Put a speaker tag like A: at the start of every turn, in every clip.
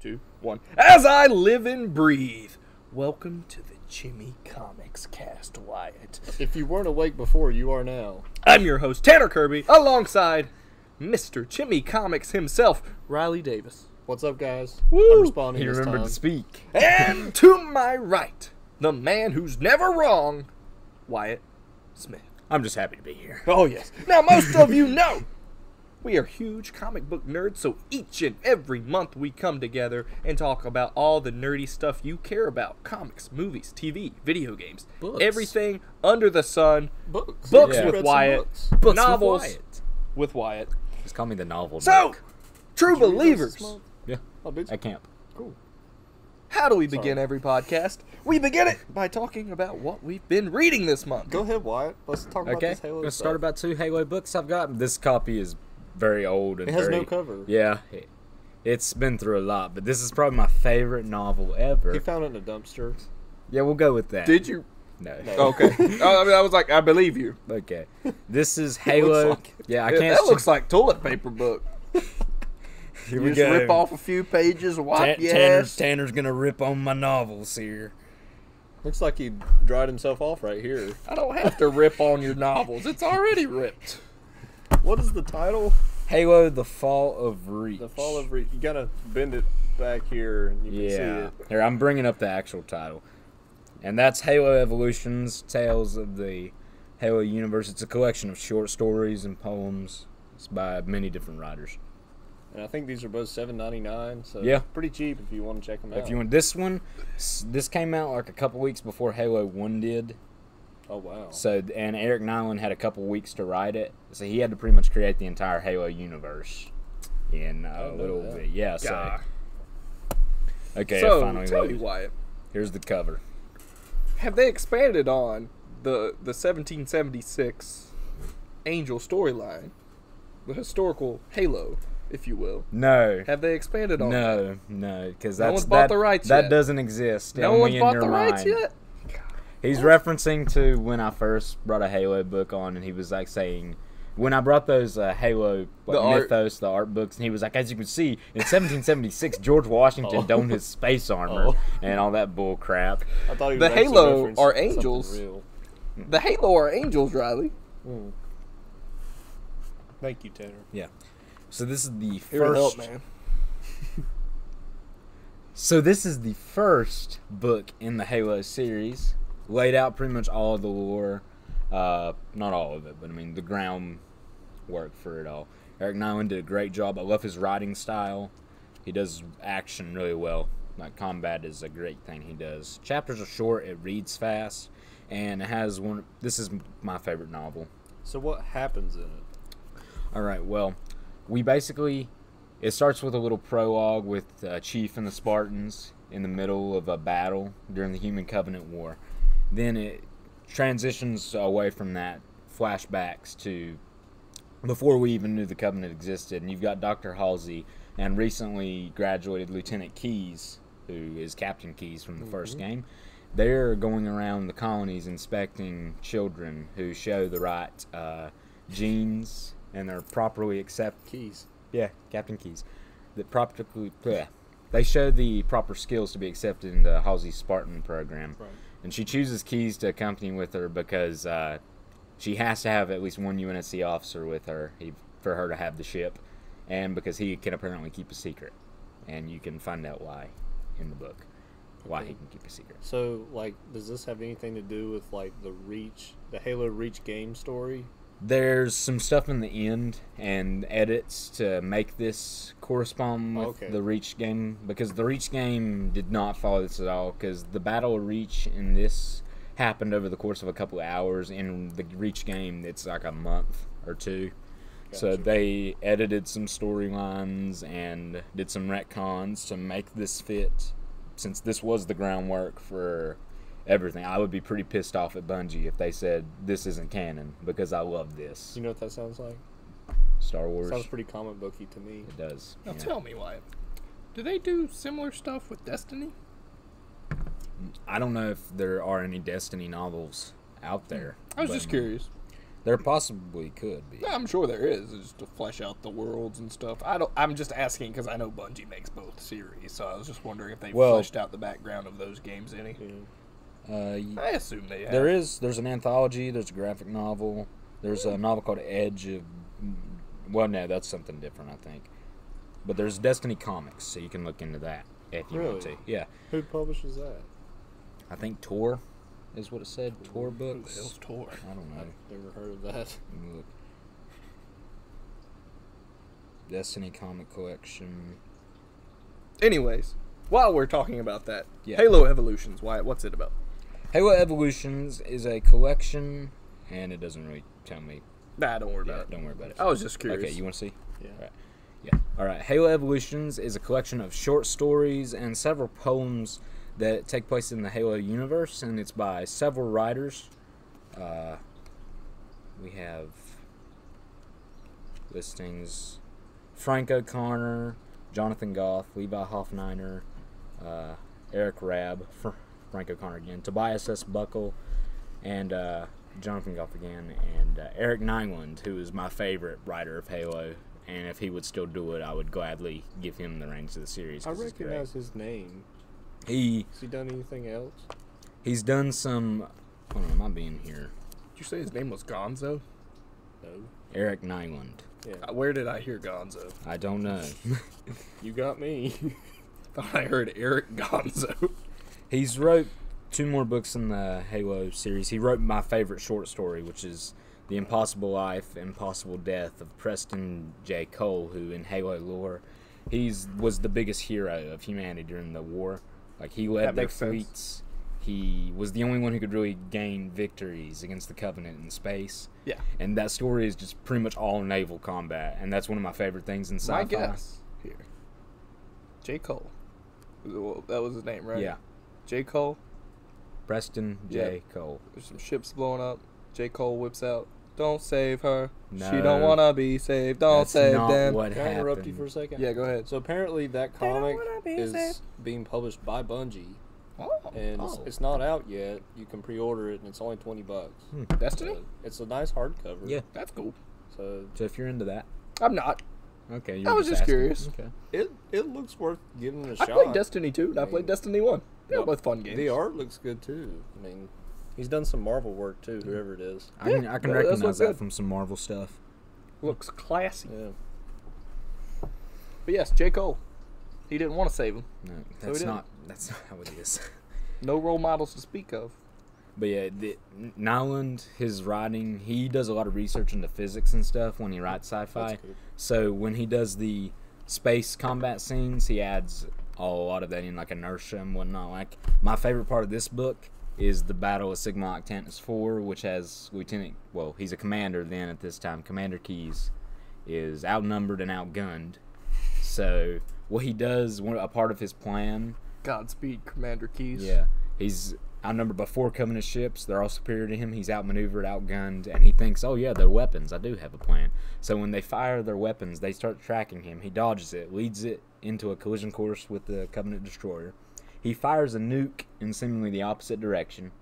A: two, one. As I live and breathe. Welcome to the Jimmy Comics Cast, Wyatt.
B: If you weren't awake before, you are now.
A: I'm your host, Tanner Kirby, alongside Mr. Jimmy Comics himself, Riley Davis.
B: What's up, guys?
A: Woo!
B: I'm responding
C: He
B: this
C: remembered
B: time.
C: to speak.
A: And to my right, the man who's never wrong, Wyatt Smith.
C: I'm just happy to be here.
A: Oh, yes. Now, most of you know we are huge comic book nerds, so each and every month we come together and talk about all the nerdy stuff you care about comics, movies, TV, video games,
B: Books.
A: everything under the sun
B: Books.
A: Books
B: Yeah.
A: with
B: Read some
A: Wyatt.
B: books.
A: Books Novels. with Wyatt.
C: Just call me the novel.
A: So,
C: Nick.
A: true
B: Did you read those
A: believers.
B: this month?
C: yeah,
B: Oh, did you?
C: at camp.
B: Cool.
A: How do we begin every podcast? We begin it by talking about what we've been reading this month.
B: Go ahead, Wyatt. Let's talk about
C: Okay,
B: this
C: I'm
B: Halo
C: gonna
B: stuff.
C: start about two Halo books I've got. This copy is very old and
B: It has no
C: very-
B: cover.
C: Yeah, it, it's been through a lot, but this is probably my favorite novel ever.
B: He found it in a dumpster.
C: yeah, we'll go with that.
A: Did you?
C: No.
B: No.
A: Okay. Oh, I, I mean, I was like, I believe you.
C: Okay. This is Halo.
B: like it.
C: yeah, I
A: That-
C: can't.
A: that looks like toilet paper book.
C: Here
A: You
C: we
A: just
C: go.
A: rip off a few pages,
C: Ta-
A: wipe your
C: Tanner's,
A: ass.
C: Tanner's gonna rip on my novels here.
B: Looks like he dried himself off right here.
A: I don't have to rip on your novels. It's already ripped.
B: What is the title?
C: Halo: The Fall of Reach.
B: The Fall of Reach. You gotta bend it back here, and you can
C: Yeah.
B: see it.
C: Here, I'm bringing up the actual title. And that's Halo Evolutions Tales of the Halo Universe. It's a collection of short stories and poems. It's by many different writers.
B: And I think these are both seven ninety nine. So
C: Yeah.
B: pretty cheap if you want to check them out.
C: If you want this one, s- this came out like a couple weeks before Halo 1 did.
B: Oh wow.
C: So and Eric Nyland had a couple weeks to write it. So he had to pretty much create the entire Halo universe in uh, a
B: know
C: little
B: that.
C: bit. Yeah, so
A: Oh, Gah.
C: Okay,
A: so
C: finally
A: tell
C: loaded.
A: me, Wyatt,
C: here's the cover.
A: have they expanded on the the 1776 Angel storyline, the historical Halo, if you will?
C: No.
A: Have they expanded on? that?
C: No, no, because
A: No
C: that's
A: one's bought
C: that-
A: the rights
C: That
A: yet.
C: doesn't exist.
A: No
C: only
A: one's
C: in
A: bought
C: your
A: the rights
C: mind.
A: yet.
C: He's referencing to when I first brought a Halo book on, and he was like saying, when I brought those uh, Halo like,
A: The art.
C: Mythos, the art books, and he was like, as you can see, in 1776, George Washington
B: Oh.
C: donned his space armor
B: Oh.
C: and all that bull crap.
B: I thought he
A: The
B: was actually
A: Halo
B: referencing
A: are
B: something
A: angels.
B: real.
A: The Halo are angels, Riley.
B: Mm. Thank you, Tanner.
C: Yeah. So this is the
A: Here to
C: first.
A: help, man.
C: So this is the first book in the Halo series, laid out pretty much all of the lore, uh, not all of it, but I mean the ground work for it all. Eric Nyland did a great job. I love his writing style. He does action really well. Like combat is a great thing he does. Chapters are short. It reads fast, and it has one. This is my favorite novel.
B: So what happens in it?
C: All right. Well, we basically it starts with a little prologue with uh, Chief and the Spartans in the middle of a battle during the Human Covenant War. Then it transitions away from that flashbacks to before we even knew the Covenant existed, and you've got Dr. Halsey and recently graduated Lieutenant Keys, who is Captain Keys from the first game. They're going around the colonies inspecting children who show the right uh, genes and are properly accepted.
B: Keys.
C: Yeah, Captain Keys. That properly, bleh. they show the proper skills to be accepted in the Halsey Spartan program.
B: Right.
C: And she chooses Keys to accompany with her because uh, she has to have at least one UNSC officer with her he, for her to have the ship, and because he can apparently keep a secret, and you can find out why in the book why he can keep a secret.
B: So, like, does this have anything to do with like the Reach, the Halo Reach game story?
C: There's some stuff in the end and edits to make this correspond with
B: Oh, Okay.
C: the Reach game because the Reach game did not follow this at all because the Battle of Reach in this happened over the course of a couple of hours. In the Reach game, it's like a month or two. So
B: Gotcha.
C: they edited some storylines and did some retcons to make this fit. Since this was the groundwork for everything, I would be pretty pissed off at Bungie if they said this isn't canon because I love this
B: You know what that sounds like?
C: Star Wars.
B: Sounds pretty comic booky to me.
C: it does.
A: Now
C: yeah.
A: tell me, Wyatt. Do they do similar stuff with Destiny?
C: I don't know if there are any Destiny novels out there.
A: I was
C: but
A: just curious.
C: There possibly could be.
A: Yeah, I'm sure there is, it's just to flesh out the worlds and stuff. I don't. I'm just asking because I know Bungie makes both series, so I was just wondering if they
C: Well-
A: fleshed out the background of those games any.
B: Yeah.
C: Uh, y-
A: I assume they have.
C: There is. There's an anthology. There's a graphic novel. There's a novel called Edge of. Well, no, that's something different, I think. But there's Destiny Comics, so you can look into that if you want to.
B: Really?
C: Yeah,
B: Who publishes that?
C: I think Tor is what it said. Tor books.
A: Tor.
C: I don't know.
B: Never heard of that.
C: Let me Look. Destiny comic collection.
A: Anyways, while we're talking about that,
C: Yeah.
A: Halo Evolutions. Why? What's it about?
C: Halo Evolutions is a collection, and it doesn't really tell me.
A: Nah, don't worry
C: Yeah,
A: about it.
C: don't worry about it.
A: I was just curious.
C: Okay, you want to see?
B: Yeah.
C: Right. Yeah. All right. Halo Evolutions is a collection of short stories and several poems that take place in the Halo universe, and it's by several writers. Uh, we have listings Frank O'Connor, Jonathan Goff, Levi Hoffniner, uh, Eric Rabb, Fr- Frank O'Connor again, Tobias S. Buckle, and uh, Jonathan Goff again, and uh, Eric Nyland, who is my favorite writer of Halo. And if he would still do it, I would gladly give him the reins of the series.
B: I
C: 'cause he's great.
B: recognize his name.
C: He
B: Has he done anything else?
C: he's done some. Hold on, am I being here?
A: Did you say his name was Gonzo?
B: No.
C: Eric Nyland.
B: Yeah.
A: Uh, Where did I hear Gonzo?
C: I don't know.
B: You got me.
A: Thought I heard Eric Gonzo.
C: He's wrote two more books in the Halo series. He wrote my favorite short story, which is The Impossible Life, Impossible Death of Preston J. Cole, who in Halo lore, he's was the biggest hero of humanity during the war. Like he led
A: That
C: their
A: makes sense.
C: fleets. He was the only one who could really gain victories against the Covenant in space.
A: Yeah.
C: And that story is just pretty much all naval combat, and that's one of my favorite things in sci-fi.
A: My guess here. J. Cole. Well, that was his name, right?
C: Yeah,
A: J. Cole.
C: Preston J. Cole.
A: There's some ships blowing up. J. Cole whips out. Don't save her. She
C: No.
A: don't wanna be saved. Don't
C: That's
A: save
C: not
A: them.
C: what
B: Can I interrupt you
C: happened.
B: for a second?
A: Yeah, go ahead.
B: So apparently that
A: don't
B: comic
A: wanna be
B: is
A: saved.
B: being published by Bungie,
A: Oh,
B: and it's, it's not out yet. You can pre-order it, and it's only twenty bucks.
A: oh, Destiny.
B: So it's a nice hardcover.
C: Yeah.
A: That's cool.
B: So
C: So if you're into that,
A: I'm not.
C: okay.
A: I
C: you're
A: was just
C: asking.
A: curious.
C: Okay.
B: it it looks worth giving it a
A: I
B: shot.
A: played Destiny 2 and I played
B: Maybe.
A: Destiny 1. They were
B: Well,
A: both fun games.
B: The art looks good too. I mean, he's done some Marvel work too. Whoever it is.
C: I can, I can
A: Yeah, that's
C: recognize
A: what's
C: that
A: good.
C: from some Marvel stuff.
A: looks classy.
B: Yeah.
A: But yes, J. Cole. He didn't want to save him.
C: No,
A: we
C: that's
A: did.
C: not that's not how it is.
A: No role models to speak of.
C: but yeah, the, Nyland, his writing, he does a lot of research into physics and stuff when he writes sci-fi.
B: That's cool.
C: So when he does the space combat scenes, he adds a lot of that in, like inertia and whatnot. Like my favorite part of this book is the Battle of Sigma Octantis Four, which has Lieutenant. Well, he's a commander then at this time. Commander Keys is outnumbered and outgunned. So what he does, one a part of his plan
A: Godspeed, Commander Keys.
C: yeah, he's outnumbered by four Covenant ships. They're all superior to him. He's outmaneuvered, outgunned, and he thinks, "Oh yeah, they're weapons. I do have a plan." So when they fire their weapons, they start tracking him. He dodges it, leads it into a collision course with the Covenant destroyer. He fires a nuke in seemingly the opposite direction,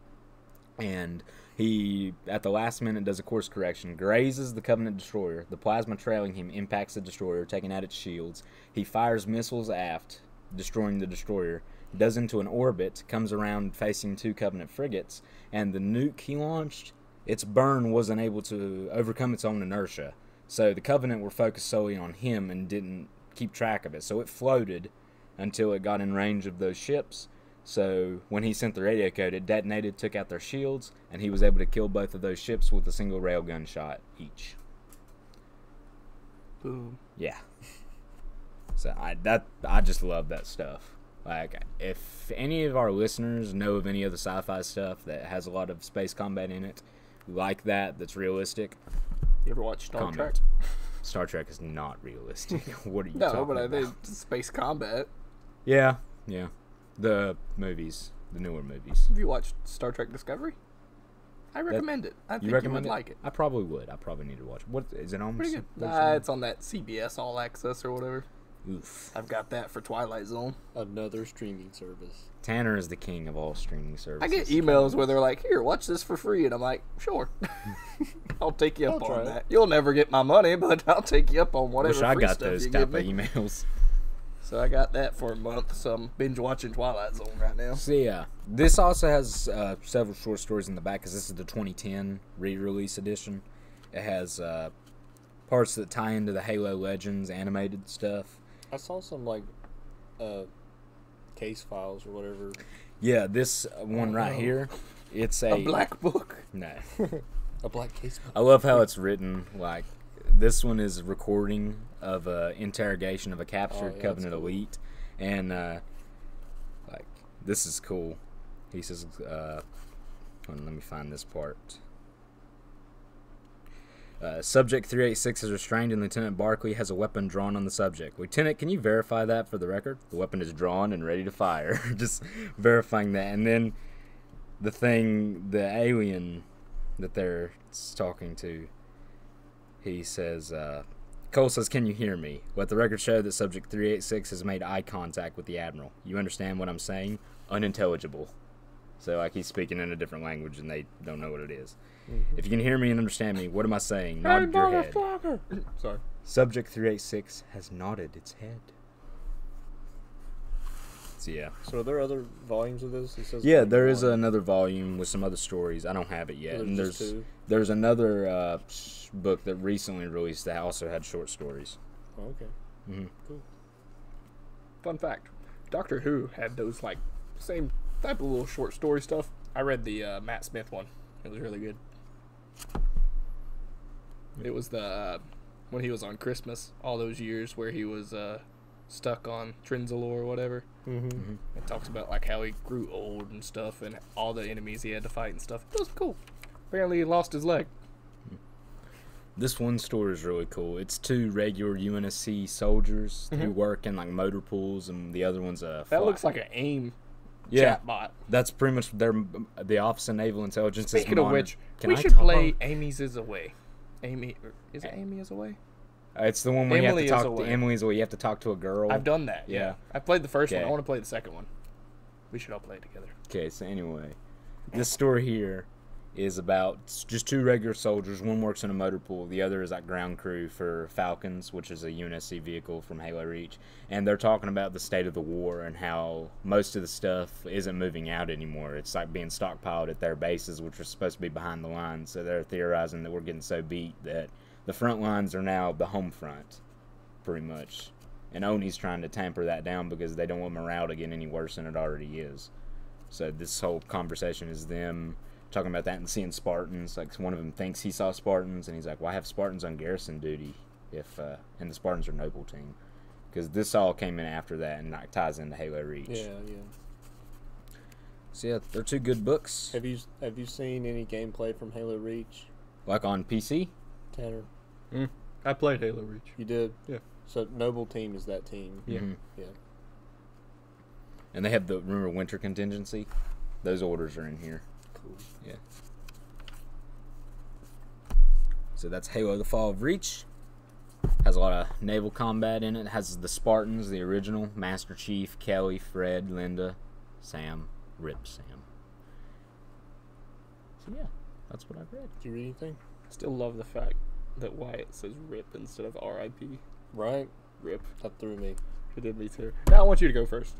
C: and he at the last minute does a course correction, grazes the Covenant destroyer. The plasma trailing him impacts the destroyer, taking out its shields. He fires missiles aft, destroying the destroyer. Does into an orbit, comes around facing two Covenant frigates, and the nuke he launched, its burn wasn't able to overcome its own inertia. So the Covenant were focused solely on him and didn't keep track of it. So it floated until it got in range of those ships. So when he sent the radio code, it detonated, took out their shields, and he was able to kill both of those ships with a single railgun shot each.
A: Boom.
C: Yeah. So I that I just love that stuff. Like if any of our listeners know of any other sci-fi stuff that has a lot of space combat in it, like that, that's realistic.
A: You ever watch Star
C: comment.
A: Trek?
C: Star Trek is not realistic. what are you
A: No,
C: talking
A: but I
C: about?
A: think space combat.
C: Yeah, yeah. The movies, the newer movies.
A: Have you watched Star Trek Discovery? I recommend it. I think you, would
C: recommend it?
A: like it.
C: I probably would. I probably need to watch. it. What is it on?
A: Pretty
C: s-
A: good.
C: there's
A: Nah,
C: some-
A: it's on that CBS All Access or whatever.
C: Oof.
A: I've got that for Twilight Zone.
B: Another streaming service.
C: Tanner is the king of all streaming services.
A: I get emails where they're like, "Here, watch this for free," and I'm like, "Sure, I'll take you up
B: I'll try
A: on
B: it.
A: that. You'll never get my money, but I'll take you up on whatever
C: Wish I
A: free
C: got
A: stuff
C: those
A: you
C: type
A: give
C: of
A: me."
C: emails.
A: So I got that for a month. So I'm binge watching Twilight Zone right now.
C: So yeah, this also has uh, several short stories in the back because this is the 2010 re-release edition. It has uh, parts that tie into the Halo Legends animated stuff.
B: I saw some like uh, case files or whatever.
C: Yeah, this one
B: Oh,
C: right here, it's a,
A: A black book.
C: no.
B: A black case file.
C: I love how it's written. Like this one is a recording of a interrogation of a
B: Oh, yeah,
C: captured
B: that's
C: Covenant
B: cool.
C: elite, and uh, like this is cool. He says, uh, hold on, "Let me find this part." Uh, subject 386 is restrained and Lieutenant Barkley has a weapon drawn on the subject. Lieutenant, can you verify that for the record? The weapon is drawn and ready to fire. Just verifying that. And then the thing, the alien that they're s- talking to, he says, uh, Cole says, Can you hear me? Let the record show that Subject 386 has made eye contact with the Admiral. You understand what I'm saying? Unintelligible. So, like, he's speaking in a different language and they don't know what it is. If you can hear me and understand me, what am I saying? Nod your head.
A: Sorry.
C: Subject 386 has nodded its head. So, yeah.
B: So are there other volumes of this? It says
C: Yeah,
B: only
C: there is
B: one.
C: another volume with some other stories. I don't have it yet.
B: So
C: and
B: there's
C: there's
B: just two?
C: there's another uh, s- book that recently released that also had short stories.
B: Oh, okay. Cool.
A: Fun fact: Doctor Who had those like same type of little short story stuff. I read the uh, Matt Smith one. It was really good. It was the uh, when he was on Christmas all those years where he was uh, stuck on Trenzalore or whatever.
B: Mm-hmm.
A: It talks about like how he grew old and stuff, and all the enemies he had to fight and stuff. It was cool. Apparently, he lost his leg.
C: This one story is really cool. It's two regular UNSC soldiers who work in like motor pools, and the other one's a.
A: Mm-hmm. That
C: fly-
A: looks like an AIM
C: yeah.
A: chatbot.
C: That's pretty much their the Office of Naval Intelligence.
A: Speaking
C: is
A: of
C: mon-
A: which,
C: Can
A: we
C: I
A: should
C: talk?
A: play Amy's is away. Amy, or is it Amy is away?
C: Uh, it's the one where
A: Emily
C: you
A: is
C: have to talk.
A: away.
C: To, Emily's where you have to talk to a girl.
A: I've done that.
C: Yeah.
A: I played the first one. I
C: Okay.
A: want to play the second one. We should all play it together.
C: Okay, so anyway, this story here is about s- just two regular soldiers. One works in a motor pool, the other is like ground crew for Falcons, which is a UNSC vehicle from Halo Reach. And they're talking about the state of the war and how most of the stuff isn't moving out anymore. It's like being stockpiled at their bases, which are supposed to be behind the lines. So they're theorizing that we're getting so beat that the front lines are now the home front, pretty much. And Oni's trying to tamper that down because they don't want morale to get any worse than it already is. So this whole conversation is them talking about that and seeing Spartans. Like one of them thinks he saw Spartans, and he's like, "Why have Spartans on garrison duty if?" Uh, and the Spartans are noble team, because this all came in after that and like ties into Halo Reach.
B: Yeah, yeah.
C: So yeah, they're two good books.
B: Have you have you seen any gameplay from Halo Reach,
C: Like on PC.
B: Tanner?
A: I played Halo Reach.
B: You did.
A: Yeah.
B: So Noble Team is that team.
A: Yeah.
C: Mhm.
B: Yeah.
C: And they have the remember winter contingency. Those orders are in here.
B: Cool.
C: Yeah. So that's Halo: The Fall of Reach. Has a lot of naval combat in it. Has the Spartans, the original Master Chief, Kelly, Fred, Linda, Sam, Rip Sam. So yeah, that's what I've read.
B: Did you read anything?
A: Still love the fact that Wyatt says RIP instead of RIP.
B: Right.
A: RIP.
B: That threw me.
A: It did me too. Now I want you to go first.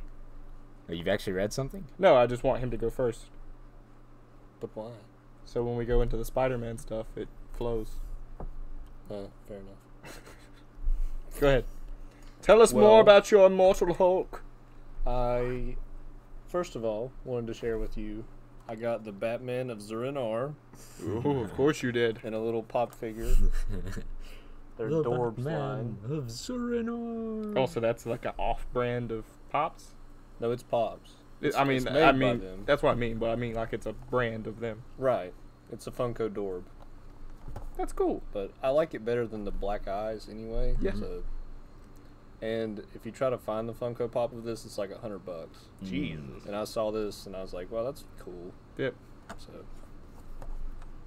C: Oh, you've actually read something?
A: No, I just want him to go first.
B: But why?
A: So when we go into the Spider-Man stuff, it flows.
B: Uh, fair enough.
A: Go ahead. Tell us
B: Well-
A: more about your Immortal Hulk.
B: I first of all wanted to share with you. I got the Batman of Zurinar
A: Ooh, of course you did.
B: and a little pop figure. Their Dorbs line.
C: of Serenor.
A: Oh, so that's like an off-brand of Pops.
B: No, it's Pops. It's-
A: I mean,
B: it's made
A: I
B: by
A: mean,
B: them.
A: that's what I mean. But I mean, like it's a brand of them.
B: Right. It's a Funko Dorb,
A: That's cool.
B: but I like it better than the black eyes anyway.
A: Yeah.
B: So. And if you try to find the Funko Pop of this, it's like a hundred bucks.
A: Jesus.
B: And I saw this and I was like, "Wow, that's cool."
A: Yep.
B: So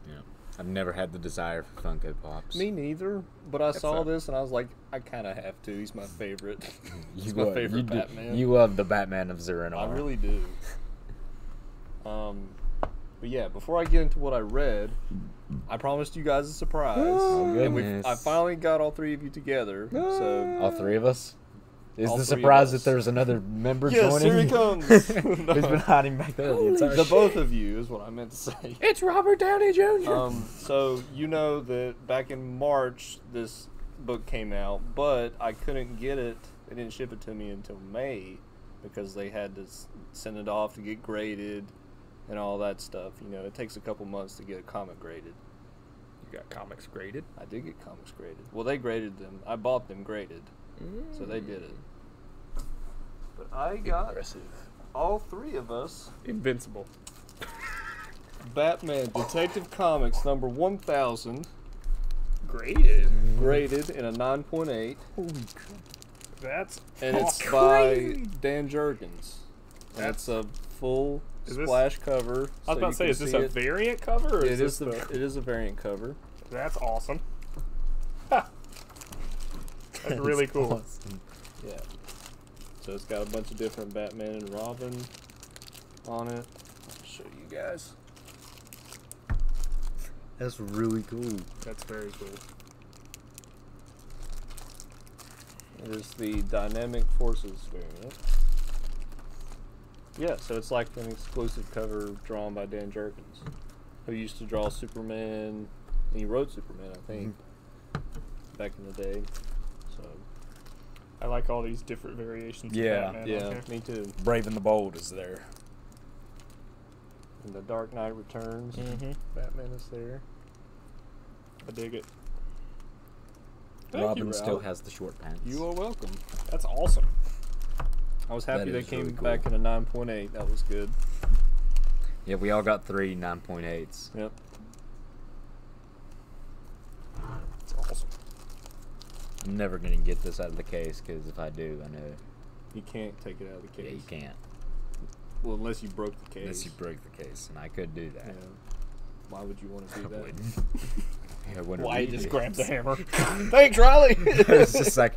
C: Yeah. I've never had the desire for Funko Pops.
B: Me neither, but I saw
C: all.
B: this and I was like, I kind of have to. He's my favorite.
C: you
B: He's my
C: love-
B: favorite
C: you do-
B: Batman.
C: you love the Batman of Zero and
B: I
C: R.
B: really do. Um, but yeah, before I get into what I read, I promised you guys a surprise,
C: Oh,
B: and we
C: goodness.
B: I finally got all three of you together. So
C: All three of us. Is
B: All
C: the
B: three of
C: surprise that
B: us.
C: there's another member
B: yes,
C: joining?
B: here he comes. No,
C: He's been hiding back there the entire
B: the both of you is what I meant to say.
D: It's Robert Downey Jr.
B: Um, so you know that back in March this book came out, but I couldn't get it. They didn't ship it to me until May because they had to s- send it off to get graded and all that stuff. You know, it takes a couple months to get a comic graded.
D: you got comics graded.
B: I did get comics graded. Well, they graded them. I bought them graded, so they did it. But I got all three of us
D: Invincible.
B: Batman Detective Comics number 1000
D: Graded.
B: graded in a 9.8.
D: That's
B: and it's
D: fucking
B: by
D: crazy.
B: Dan Jurgens. That's
A: That's-
B: a full
A: Is this-
B: splash cover.
A: I was about to say, is this a variant cover? Or
B: It
A: is this
B: is the
A: the,
B: it is a variant cover.
A: That's awesome. Ha. That's really cool.
B: Yeah. So it's got a bunch of different Batman and Robin on it. I'll show you guys.
C: That's really cool.
A: That's very cool.
B: It is the Dynamic Forces variant. Yeah, so it's like an exclusive cover drawn by Dan Jurgens, who used to draw Superman. And he wrote Superman, I think, back in the day. So
A: I like all these different variations.
C: Yeah,
A: of Batman
B: Yeah,
A: on here.
B: me too.
C: Brave and the Bold is there.
B: And the Dark Knight Returns.
C: Mm.
A: Mhm.
B: Batman is there.
A: I dig it.
B: Thank you,
C: Robin still
B: Ralph.
C: has the short pants.
B: You are welcome.
A: That's awesome.
B: I was happy
C: That
B: they
C: is
B: came
C: really cool.
B: back in a 9.8. That was good.
C: Yeah, we all got three 9.8s.
B: Yep.
A: It's awesome.
C: I'm never gonna get this out of the case because if I do, I know
B: You can't take it out of the case.
C: yeah, you can't
B: Well, unless you broke the case.
C: unless you break the case, and I could do
B: yeah.
C: that.
B: Why would you want to do
C: I
B: that?
C: wouldn't. I wouldn't
A: Why you
C: read
A: just
C: it.
A: grabbed the hammer? Thanks, Riley.
C: it's just like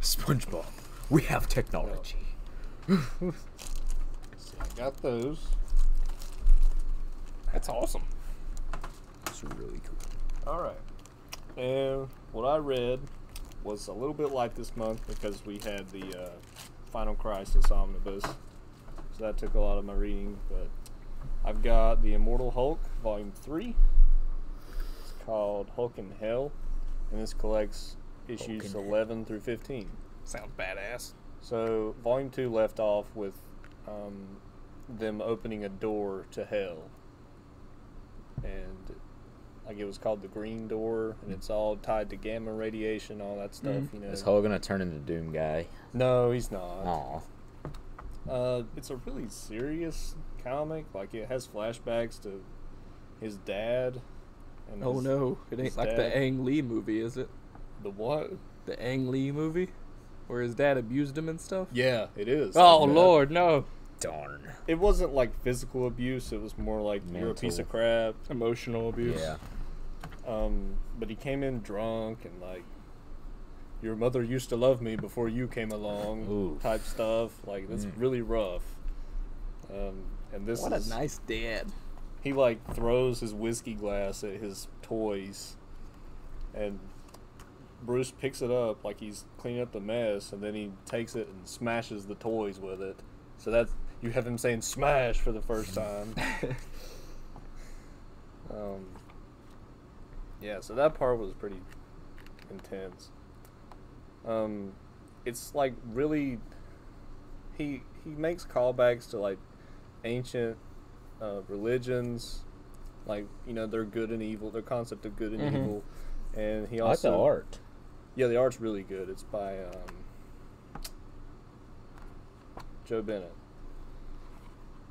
C: SpongeBob. We have technology.
B: So I got those.
A: That's awesome.
C: It's really cool.
B: All right. And what I read was a little bit light this month because we had the uh, Final Crisis Omnibus. So that took a lot of my reading, but I've got The Immortal Hulk, Volume 3. It's called Hulk in Hell, and this collects issues
C: in Hell.
B: 11 through 15.
A: Sounds badass.
B: So, Volume 2 left off with um, them opening a door to hell. And, like, it was called the Green Door, and it's all tied to gamma radiation, all that stuff, you know.
C: Is Hulk gonna turn into Doom Guy?
B: no, he's not.
C: Aw.
B: Uh, it's a really serious comic. Like, it has flashbacks to his dad. And
D: Oh
B: his-
D: no, it
B: his
D: ain't like
B: dad.
D: the Ang Lee movie, is it?
B: The what?
D: The Ang Lee movie, where his dad abused him and stuff.
B: Yeah, it is.
D: Oh
B: Yeah.
D: Lord, no.
C: Darn.
B: It wasn't like physical abuse, it was more like you're a piece
C: Mental.
B: of crap.
D: Emotional abuse.
C: Yeah.
B: Um, but he came in drunk and like, your mother used to love me before you came along,
C: Ooh.
B: type stuff. Like that's really rough. Um, and this
D: What
B: is
D: a nice dad.
B: he like throws his whiskey glass at his toys, and Bruce picks it up like he's cleaning up the mess, and then he takes it and smashes the toys with it. So that's you have him saying "smash" for the first time. um, yeah, so that part was pretty intense. Um, it's like really he he makes callbacks to like ancient uh, religions, like you know their good and evil, their concept of good and evil, and he
C: I like
B: also
C: the art.
B: yeah, the art's really good. It's by um, Joe Bennett.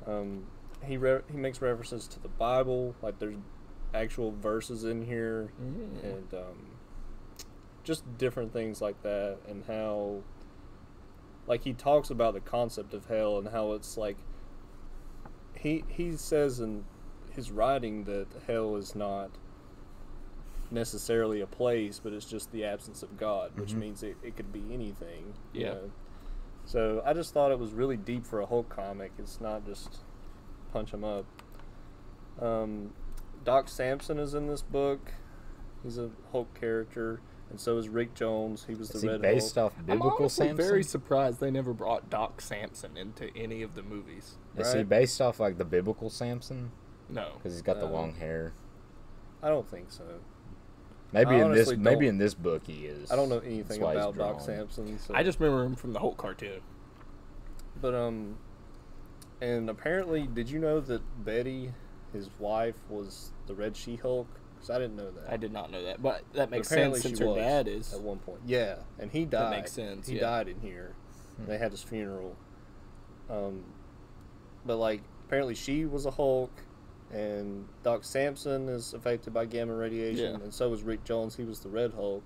B: Um, he re- he makes references to the Bible, like there's actual verses in here, and um, just different things like that, and how like he talks about the concept of hell and how it's like he he says in his writing that hell is not necessarily a place, but it's just the absence of God, which means it, it could be anything. you
D: Yeah.
B: know. So I just thought it was really deep for a Hulk comic. It's not just punch him up. Um, Doc Sampson is in this book. He's a Hulk character, and so is Rick Jones. He was the
C: Is
B: Red
C: he based
B: Hulk.
C: off
D: I'm
C: biblical
D: honestly
C: Samson?
D: very surprised they never brought Doc Samson into any of the movies.
C: Is he
B: right?
C: based off like the biblical Samson?
D: No.
C: Because he's got the
B: Uh,
C: long hair.
B: I don't think so.
C: Maybe
B: I
C: in this,
B: honestly
C: maybe
B: don't-
C: in this book he is.
B: I don't know
C: That's
B: anything
C: why he's
B: about Doc
C: drawn.
B: Sampson. So.
D: I just remember him from the Hulk cartoon.
B: But um, and apparently, did you know that Betty, his wife, was the Red She Hulk? Because I didn't know that.
D: I did not know that, but that
B: But
D: makes
B: apparently
D: sense since
B: she
D: her
B: was
D: dad is.
B: at one point. Yeah, and he died.
D: makes sense,
B: He
D: yeah.
B: died in here. They had his funeral. Um, but like apparently she was a Hulk, and Doc Sampson is affected by gamma radiation,
D: Yeah.
B: and so was Rick Jones. He was the Red Hulk.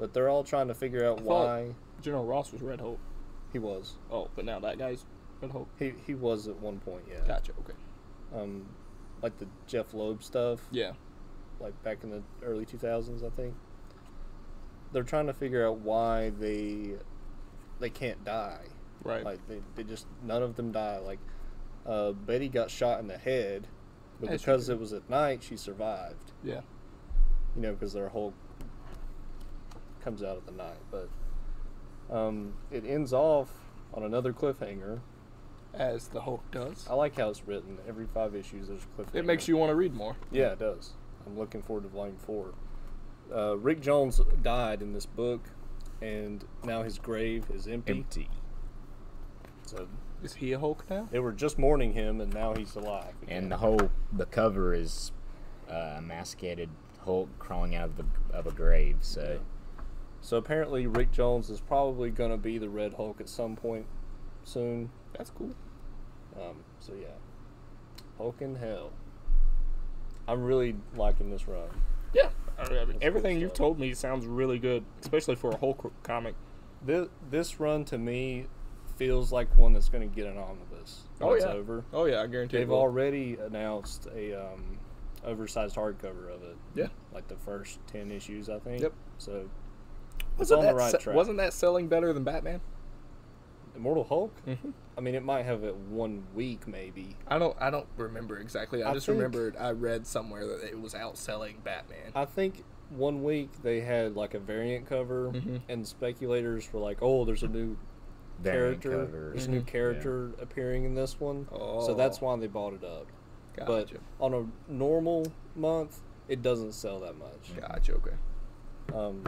B: But they're all trying to figure out
D: I thought-
B: why
D: General Ross was Red Hulk.
B: he was.
D: Oh, but now that guy's Red Hulk.
B: He he was at one point. Yeah.
D: Gotcha. Okay.
B: um, like the Jeff Loeb stuff,
D: Yeah.
B: like back in the early 2000s, I think. They're trying to figure out why they they can't die.
D: Right.
B: Like they, they just none of them die. Like uh, Betty got shot in the head, but
D: That's
B: because
D: true.
B: it was at night, she survived.
D: yeah.
B: You know, because their whole comes out at the night. But um, it ends off on another cliffhanger.
D: As the Hulk does.
B: I like how it's written. Every five issues, there's a cliffhanger.
D: It makes you want to read more.
B: Yeah, it does. I'm looking forward to Volume Four. Uh, Rick Jones died in this book, and now his grave is empty.
C: Empty.
B: So
D: Is he a Hulk now?
B: they were just mourning him, and now he's alive.
C: And the whole the cover is uh, a masqueraded Hulk crawling out of the of a grave. So
B: so apparently, Rick Jones is probably going to be the Red Hulk at some point soon.
D: That's cool.
B: Um, so yeah, Hulk in hell. I'm really liking this run.
D: Yeah. I mean,
B: good
D: everything you've
B: stuff.
D: told me sounds really good, especially for a Hulk comic.
B: This this run to me feels like one that's going to get an omnibus. when
D: Oh,
B: it's
D: yeah.
B: over.
D: Oh yeah, I guarantee. it
B: They've
D: will.
B: already announced a um, oversized hardcover of it.
D: Yeah.
B: Like the first ten issues, I think.
D: Yep.
B: So it's
D: Wasn't
B: on
D: that
B: the right
D: se-
B: track.
D: wasn't that selling better than Batman?
B: Immortal Hulk?
D: Mhm.
B: I mean, it might have it one week maybe.
D: I don't. I don't remember exactly. I,
B: I
D: just
B: think-
D: remembered I read somewhere that it was outselling Batman.
B: I think one week they had like a variant cover,
D: Mhm.
B: and speculators were like, "Oh, there's a new
C: variant
B: character,
C: covers.
B: there's a new character
D: Mm-hmm.
B: appearing in this one." So that's why they bought it up.
D: Oh. Gotcha.
B: But on a normal month, it doesn't sell that much.
D: gotcha. Okay.
B: Um,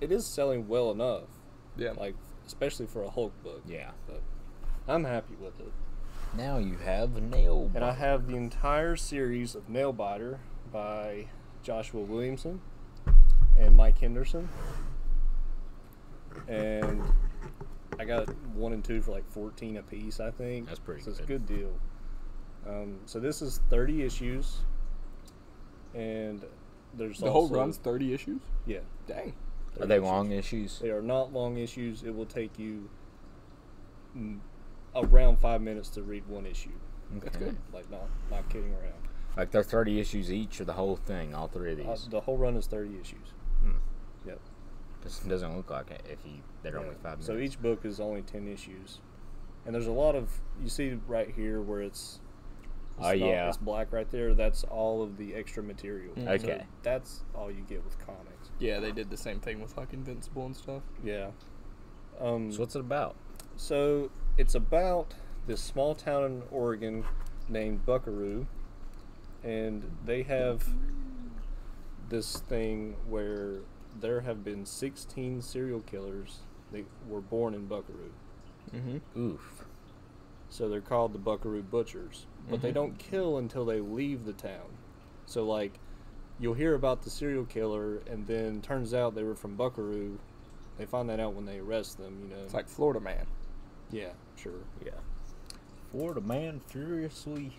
B: it is selling well enough.
D: Yeah.
B: like especially for a Hulk book.
C: Yeah.
B: But I'm happy with it,
C: Now you have a nail.
B: and I have the entire series of Nailbiter by Joshua Williamson and Mike Henderson, and I got one and two for like fourteen a piece, I think.
C: That's pretty
B: So it's a
C: good.
B: good deal. Um, so this is thirty issues, and there's
D: the whole
B: also-
D: run's thirty issues.
B: Yeah,
D: Dang.
C: Are they long issues?
B: They are not long issues. It will take you mm, around five minutes to read one issue.
D: That's
C: Okay.
D: good.
B: Like not not kidding around.
C: Like they're thirty issues each, or the whole thing, all three of
B: Uh,
C: these.
B: the whole run is thirty issues. Yep.
C: This doesn't look like it. If you, they're only
B: Yeah.
C: five minutes.
B: So each book is only ten issues, and there's a lot of you see right here where it's. it's
C: Oh,
B: not-
C: yeah. Mm.
B: it's black right there. That's all of the extra material. So
C: Okay.
B: that's all you get with comics.
D: Yeah, they did the same thing with like Invincible and stuff.
B: Yeah. Um,
C: So what's it about?
B: So it's about this small town in Oregon named Buckaroo, and they have this thing where there have been 16 serial killers that were born in Buckaroo.
D: Mm-hmm.
C: Oof.
B: So they're called the Buckaroo Butchers, but
D: Mm-hmm.
B: they don't kill until they leave the town. So like, you'll hear about the serial killer, and then turns out they were from Buckaroo. They find that out when they arrest them. You know.
D: It's like Florida Man.
B: yeah, sure.
C: Yeah. Florida man furiously.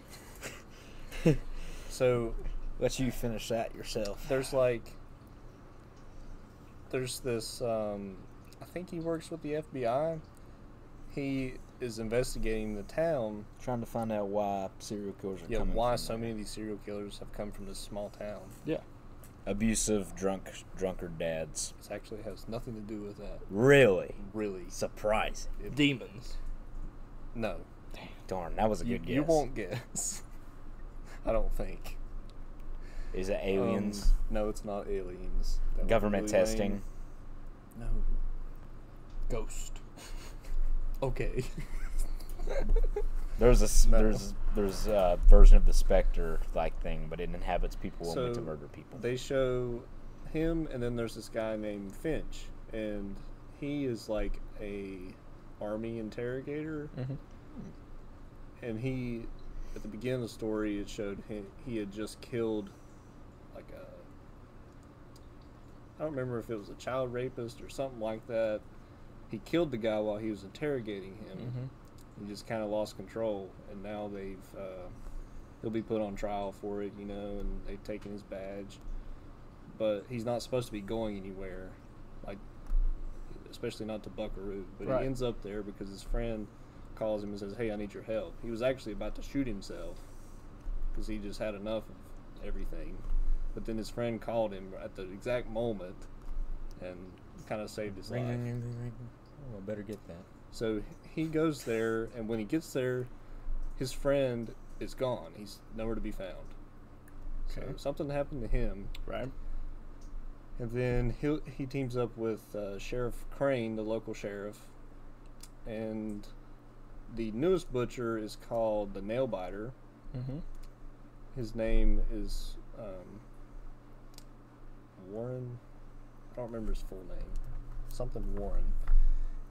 B: So
C: Let you finish that yourself.
B: there's like there's this um i think he works with the fbi he is investigating the town
C: Trying to find out why serial killers are
B: yeah why so many of these serial killers have come from this small town
D: Yeah.
C: abusive drunk drunkard dads.
B: This actually has nothing to do with that.
C: Really
B: Really.
C: surprising.
A: Demons.
B: No.
C: Darn, that was a
B: You,
C: good guess.
B: you won't guess. I don't think.
C: Is it aliens?
B: Um, no, it's not aliens. That would be
C: government
B: lame.
C: testing.
B: No.
A: Ghost.
B: Okay.
C: There's a s-
B: No.
C: there's there's a version of the specter like thing, but it inhabits people and went to
B: So,
C: murder people.
B: they show him and then there's this guy named finch and he is like a army interrogator
A: Mm-hmm.
D: Mm-hmm.
B: and he at the beginning of the story it showed him he had just killed like a i don't remember if it was a child rapist or something like that he killed the guy while he was interrogating him
D: Mm-hmm.
A: Mm-hmm.
B: and just kind of lost control and now they've uh, he'll be put on trial for it you know and they've taken his badge but he's not supposed to be going anywhere like especially not to buckaroo but
D: Right.
B: he ends up there because his friend calls him and says hey i need your help he was actually about to shoot himself because he just had enough of everything but then his friend called him at the exact moment and kind of saved his life
C: Oh, I better get that.
B: so he goes there, and when he gets there, his friend is gone. He's nowhere to be found.
D: Okay.
B: So something happened to him,
D: Right.
B: and then he he teams up with uh, Sheriff Crane, the local sheriff, and the newest butcher is called the Nail Biter.
D: Mm-hmm.
B: His name is um, Warren. I don't remember his full name. Something Warren.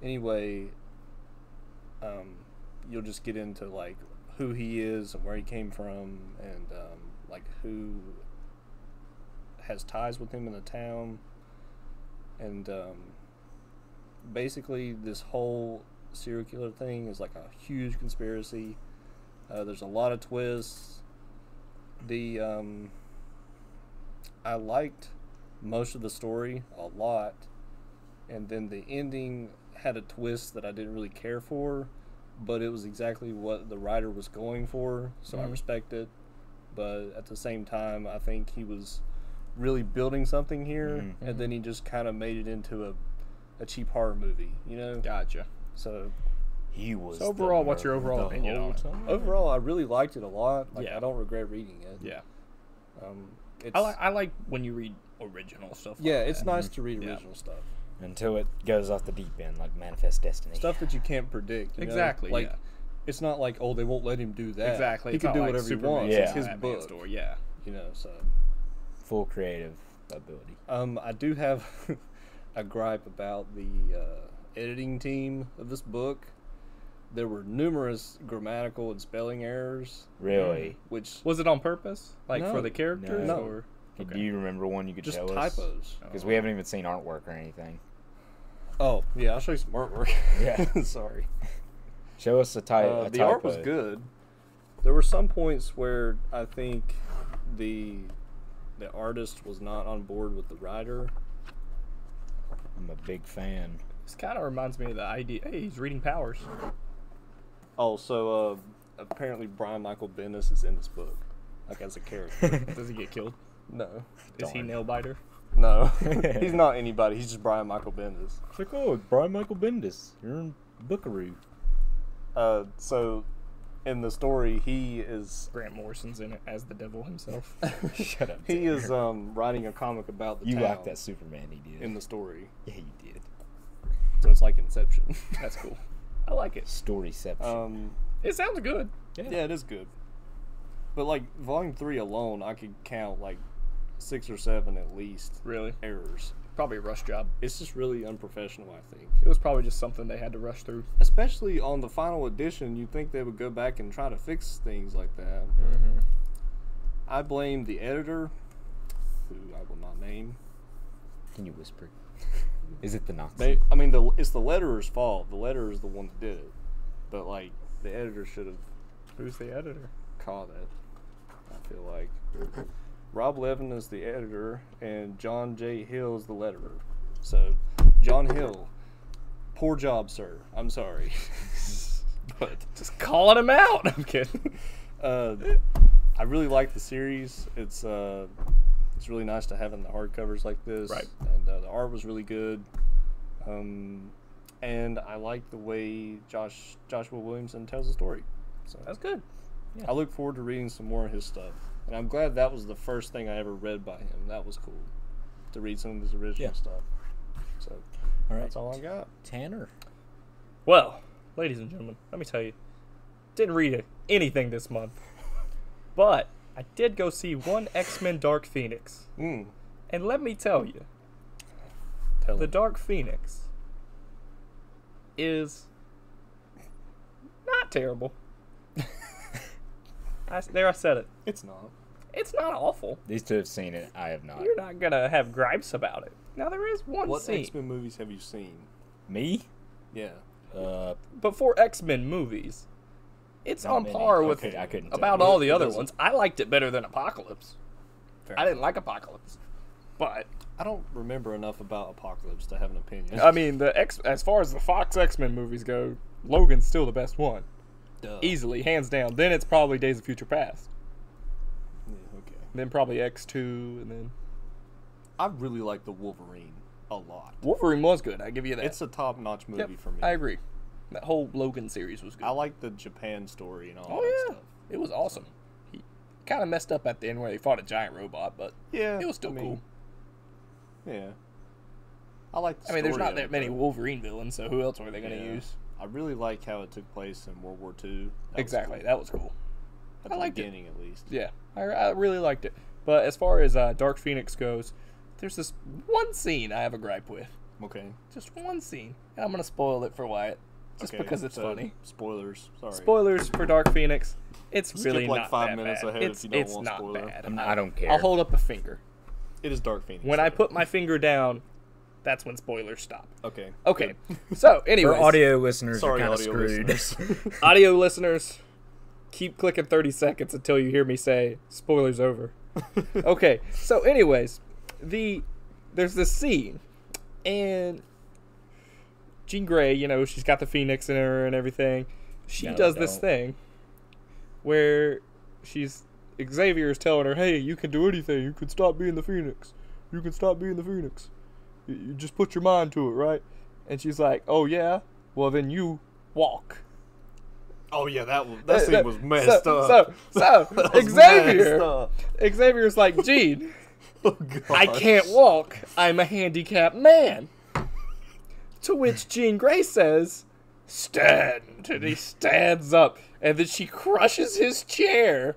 B: Anyway, um, you'll just get into like who he is and where he came from, and um, like who has ties with him in the town, and um, basically this whole serial killer thing is like a huge conspiracy. Uh, there's a lot of twists the um, I liked most of the story a lot, and then the ending had a twist that I didn't really care for, but it was exactly what the writer was going for, so I
D: Mhm.
B: respect it. But at the same time, I think he was really building something here,
C: Mhm.
D: Mm-hmm.
B: and then he just kind of made it into a a cheap horror movie, you know.
D: Gotcha.
B: So
C: He was.
D: So
C: the
D: overall, what's your
C: murderer
D: overall
C: the
D: opinion
C: whole
D: on it?
C: time.
B: overall, I really liked it a lot. Like
D: Yeah.
B: I don't regret reading it.
D: Yeah.
B: Um, it's,
A: I, li- I like when you read original stuff. like
B: Yeah, it's
A: that.
B: nice to read
D: Mm-hmm. Yeah.
B: original stuff.
C: Until it goes off the deep end, like Manifest Destiny.
B: Stuff that you can't predict. you know?
D: Exactly,
B: Like
D: yeah.
B: it's not like, oh, they won't let him do that.
D: Exactly.
B: He
D: It's
B: can
D: not
B: do
D: like
B: whatever
D: Superman
B: he wants.
C: Yeah.
B: It's his
D: Batman
B: book.
D: story. Yeah.
B: You know, so
C: Full creative ability.
B: um I do have a gripe about the uh, editing team of this book. There were numerous grammatical and spelling errors,
C: Really?
B: which
D: Was it on purpose? Like for
B: No.
D: the characters?
B: No.
D: Or?
C: Do you remember one you could
B: Mm. just
C: tell us?
B: typos.
C: Because we haven't even seen artwork or anything.
B: Oh yeah, I'll show you some artwork.
C: Yeah.
B: sorry.
C: Show us a, ty-
B: Uh,
C: a
B: the art was
C: typo.
B: good. There were some points where I think the the artist was not on board with the writer.
C: I'm a big fan.
D: This kind of reminds me of the idea. Hey, he's reading powers.
B: Also, uh, apparently Brian Michael Bendis is in this book, like as a character.
D: Does he get killed?
B: no,
D: Is he
C: Darn.
D: nail biter?
B: no, he's not anybody. He's just Brian Michael Bendis.
C: It's like, oh, Brian Michael Bendis. You're in Bookaroo.
B: Uh, so, in the story, he is
D: Grant Morrison's in it as the devil himself.
C: Shut up.
B: he
C: Tanner.
B: is um, writing a comic about the
C: You
B: town
C: like that Superman he did.
B: in the story.
C: yeah, you did.
B: So it's like Inception.
D: That's cool. I like it.
C: Storyception.
B: um,
D: It sounds good.
B: Yeah, it is good. But like volume three alone, I could count like six or seven at least
D: Really.
B: errors.
D: Probably a rush job.
B: It's just really unprofessional, I think.
D: It was probably just something they had to rush through.
B: Especially on the final edition, you'd think they would go back and try to fix things like that. I blame the editor, who I will not name.
C: Can you whisper? Is it the Nazi?
B: They, I mean, the, it's the letterer's fault. The letterer is the one that did it. But like, the editor should have
D: Who's the editor?
B: caught it. I feel like Rob Levin is the editor and John J. Hill is the letterer. So, John Hill, poor job, sir. I'm sorry, but
D: Just calling him out. I'm kidding.
B: uh, I really like the series. It's uh, it's really nice to have in the hardcovers like this.
A: Right.
B: And uh, the art was really good. Um, and I like the way Josh Joshua Williamson tells the story. So
A: That's good.
B: I look forward to reading some more of his stuff. And I'm glad that was the first thing I ever read by him. That was cool to read some of his original
C: Yeah.
B: stuff. So
C: All right,
B: that's all I got.
C: Tanner.
A: Well, ladies and gentlemen, let me tell you, didn't read anything this month, but I did go see one X Men Dark Phoenix,
B: Mm.
A: and let me tell you,
B: Tell
A: the
B: him.
A: Dark Phoenix is not terrible. I, there, I said it.
B: It's not.
A: It's not awful.
C: These two have seen it. I have not.
A: You're not gonna have gripes about it. Now there is one
B: What
A: scene
B: X Men movies have you seen?
C: Me?
B: Yeah.
C: Uh,
A: before X Men movies. It's
C: Not
A: on
C: many.
A: par with
C: Okay, I couldn't tell.
A: about
C: It-
A: all the
C: it
A: other
C: doesn't-
A: ones. I liked it better than Apocalypse.
B: Fair
A: I didn't like Apocalypse, but
B: I don't remember enough about Apocalypse to have an opinion.
A: I mean the X as far as the Fox X Men movies go, Logan's still the best one,
B: Duh.
A: easily, hands down. Then it's probably Days of Future Past,
B: Yeah, okay.
A: then probably X Two, and then
B: I really like the Wolverine a lot.
A: Wolverine was good. I give you that.
B: It's a top-notch movie
A: Yep,
B: for me.
A: I agree. That whole Logan series was good.
B: I like the Japan story and all
A: oh
B: that
A: yeah,
B: stuff.
A: it was awesome. He kind of messed up at the end where he fought a giant robot, but
B: Yeah,
A: it was still
B: I mean,
A: cool.
B: Yeah, I like. The
A: I mean, there's
B: story
A: not
B: of
A: that
B: it,
A: many
B: though.
A: Wolverine villains, so who else were they going to
B: Yeah.
A: use?
B: I really like how it took place in World War II. That was
A: exactly.
B: cool.
A: That was cool.
B: At
A: I
B: the
A: liked it.
B: beginning, at least.
A: Yeah, I, I really liked it. But as far as uh, Dark Phoenix goes, there's this one scene I have a gripe with.
B: Okay.
A: Just one scene. And I'm going to spoil it for Wyatt. Just
B: okay,
A: because it's
B: so,
A: funny.
B: Spoilers. Sorry.
A: Spoilers for Dark Phoenix. It's
B: Skip
A: really
B: like
A: not
B: five
A: that
B: minutes
A: bad.
B: ahead if
A: it's,
B: you don't
A: it's
B: want
A: not
B: spoiler.
A: bad.
C: I'm not- I don't care.
A: I'll hold up a finger.
B: It is Dark Phoenix.
A: When I
B: though.
A: put my finger down, that's when spoilers stop.
B: Okay.
A: Okay. So,
C: for
A: anyway,
C: audio listeners
B: Sorry,
C: are kind of
B: audio
C: screwed.
B: listeners.
A: audio listeners, keep clicking 30 seconds until you hear me say spoilers over. okay, so anyways, the there's this scene and Jean Grey, you know, she's got the phoenix in her and everything. She
C: No,
A: does this
C: don't.
A: thing where she's Xavier's telling her, "Hey, you can do anything. You can stop being the phoenix. You can stop being the phoenix. You- You just put your mind to it, right?" And she's like, "Oh yeah. Well, then you walk."
B: Oh yeah, that was, that scene was messed
A: Uh, so,
B: up.
A: So, so
B: That was
A: Xavier,
B: messed up.
A: Xavier's like, Gene,
B: Oh, God.
A: I can't walk. I'm a handicapped man. To which Jean Grey says, Stand. And he stands up. And then she crushes his chair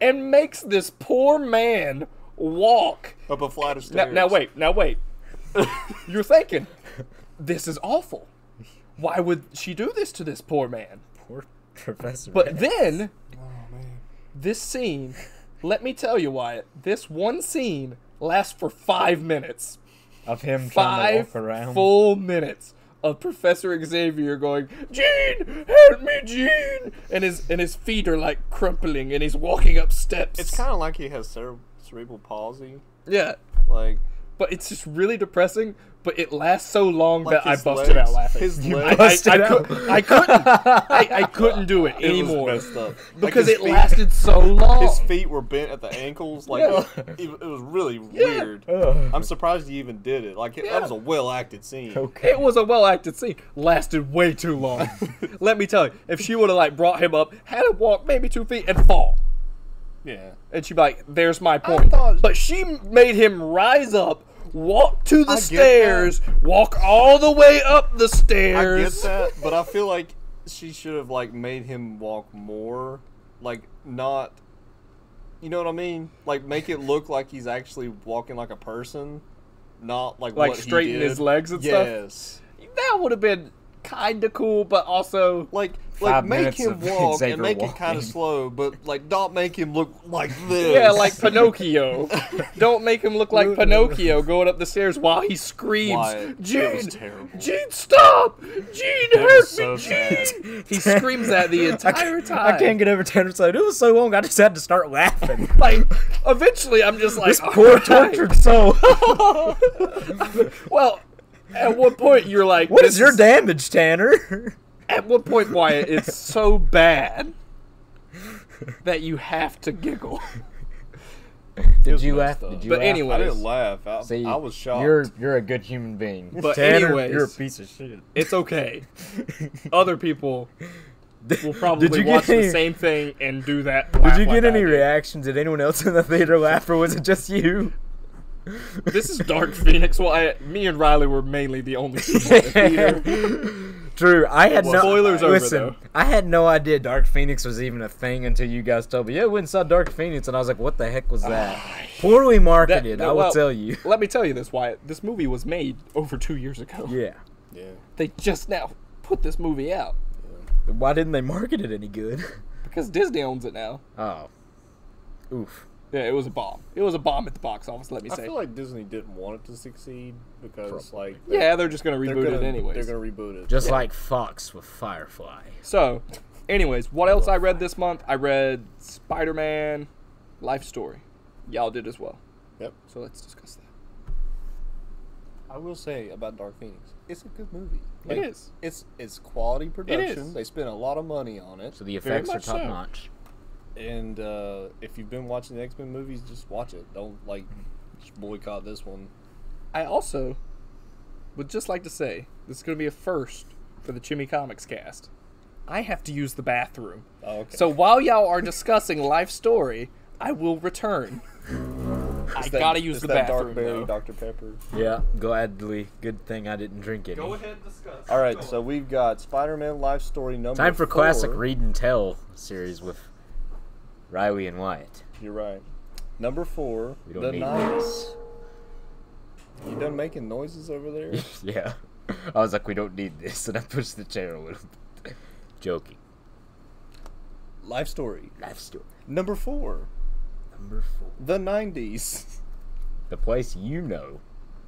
A: and makes this poor man walk.
B: Up a flight of
A: Now,
B: stairs.
A: now wait, now wait. You're thinking, this is awful. Why would she do this to this poor man?
C: Poor Professor.
A: But
C: X.
A: then
B: Oh man.
A: this scene, let me tell you, Wyatt, this one scene lasts for five minutes.
C: of him trying to
A: Five
C: walk around.
A: full minutes of Professor Xavier going, Gene, help me, Gene! And his and his feet are like crumpling and he's walking up steps.
B: It's kind of like he has cere- cerebral palsy.
A: Yeah.
B: Like,
A: But it's just really depressing, but it lasts so long
B: like
A: that I
B: his
A: busted
B: legs-
A: out laughing.
B: His
A: I,
B: legs
A: I,
C: Busted
A: I
C: out.
A: could, I couldn't. I, I couldn't do it
B: it was
A: anymore.
B: messed up. Like,
A: because
B: his
A: it
B: feet-
A: lasted so long.
B: His feet were bent at the ankles. Like
A: Yeah. Uh,
B: it, it was really weird.
C: Ugh.
B: I'm surprised he even did it. Like it,
A: Yeah.
B: that was a well acted scene.
C: okay.
A: It was a well acted scene. Lasted way too long. Let me tell you, if she would have like brought him up, had him walk maybe two feet and fall,
B: Yeah.
A: and she'd be like, "There's my point."
B: thought-
A: But she made him rise up, walk to the
B: I get
A: stairs, walk all the way up the
B: I get
A: stairs.
B: that, but I feel like she should have like made him walk more, like not. You know what I mean? Like make it look like he's actually walking like a person, not like
A: Like
B: what he
A: straighten his
B: did.
A: legs and
B: yes.
A: stuff? That would have been kind of cool, but also
B: Like like
C: Five
B: make
C: minutes
B: him
C: of
B: walk
C: Xavier
B: and make it kind
C: walking.
B: of slow, but like not make him look like this.
A: yeah, like Pinocchio. Don't make him look like Pinocchio going up the stairs while he screams,
B: Wyatt, that was
A: "Gene,
B: terrible.
A: Gene, stop! Gene, hurt
B: was
A: me,
B: so sad.
A: Gene!" He screams that the entire time.
C: I can't get over Tanner's side. It was so long. I just had to start laughing.
A: Like, eventually, I'm just like,
C: this poor
A: "All right."
C: tortured soul.
A: Well, at what point you're like,
C: what
A: this
C: is your damage, Tanner?
A: At what point, Wyatt, it's so bad that you have to giggle.
B: It
C: Did
B: was
C: you laugh?
B: messed up.
C: Did you
A: But
C: laugh?
A: anyway-
B: I didn't laugh. I,
C: See,
B: I was shocked.
C: You're you're a good human being.
A: But
C: Tanner,
A: anyways-
C: you're a piece of shit.
A: It's okay. Other people will probably
C: did you
A: watch
C: get any,
A: the same thing and do that.
C: Did
A: laugh
C: you
A: like
C: get
A: I
C: any
A: did.
C: reactions? Did anyone else in the theater laugh, or was it just you?
A: This is Dark Phoenix. Well, I, me and Riley were mainly the only people in the theater.
C: True. I had no
A: Spoilers over,
C: Listen,
A: though.
C: I had no idea Dark Phoenix was even a thing until you guys told me. Yeah, we saw Dark Phoenix, and I was like, "What the heck was that?" Poorly marketed, I will
A: Ah, well,
C: tell you.
A: Let me tell you this, Wyatt. This movie was made over two years ago.
C: Yeah.
B: yeah.
A: They just now put this movie out
C: Why didn't they market it any good?
A: because Disney owns it now.
C: Oh. Oof.
A: Yeah, it was a bomb. It was a bomb at the box office. Let me
B: I
A: say.
B: feel like Disney didn't want it to succeed because, like,
A: yeah, they're just gonna
B: they're
A: reboot
B: gonna,
A: it anyways.
B: They're gonna reboot it.
C: Just like Fox with Firefly.
A: So, anyways, what else I read this month? I read Spider Man Life Story. Y'all did as well.
B: Yep.
A: So let's discuss that.
B: I will say about Dark Phoenix, it's a good movie.
A: It is.
B: It's it's quality production.
A: is.
B: They spent a lot of money on it.
C: So the effects are
A: much so.
C: top notch.
B: And uh, if you've been watching the X Men movies, just watch it. Don't like just boycott this one.
A: I also would just like to say this is going to be a first for the Chimmy Comics cast. I have to use the bathroom.
B: Oh, okay.
A: So while y'all are discussing Life Story, I will return. I
B: It's that-
A: gotta use
B: it's
A: the
B: that
A: bathroom.
B: Dark Berry,
A: though.
B: Dr Pepper.
C: Yeah, gladly. Good thing I didn't drink any.
A: ahead, discuss.
B: All right, so we've got Spider Man Life Story number.
C: Time for
B: four.
C: classic read and tell series with Riley and Wyatt.
B: You're right. Number four.
C: We don't
B: the
C: need
B: night.
C: this.
B: You done making noises over there?
C: yeah. I was like, we don't need this, and I pushed the chair a little bit. Joking.
B: Life Story
C: Life story.
B: number four.
C: Number four.
B: The '90s.
C: The place you know,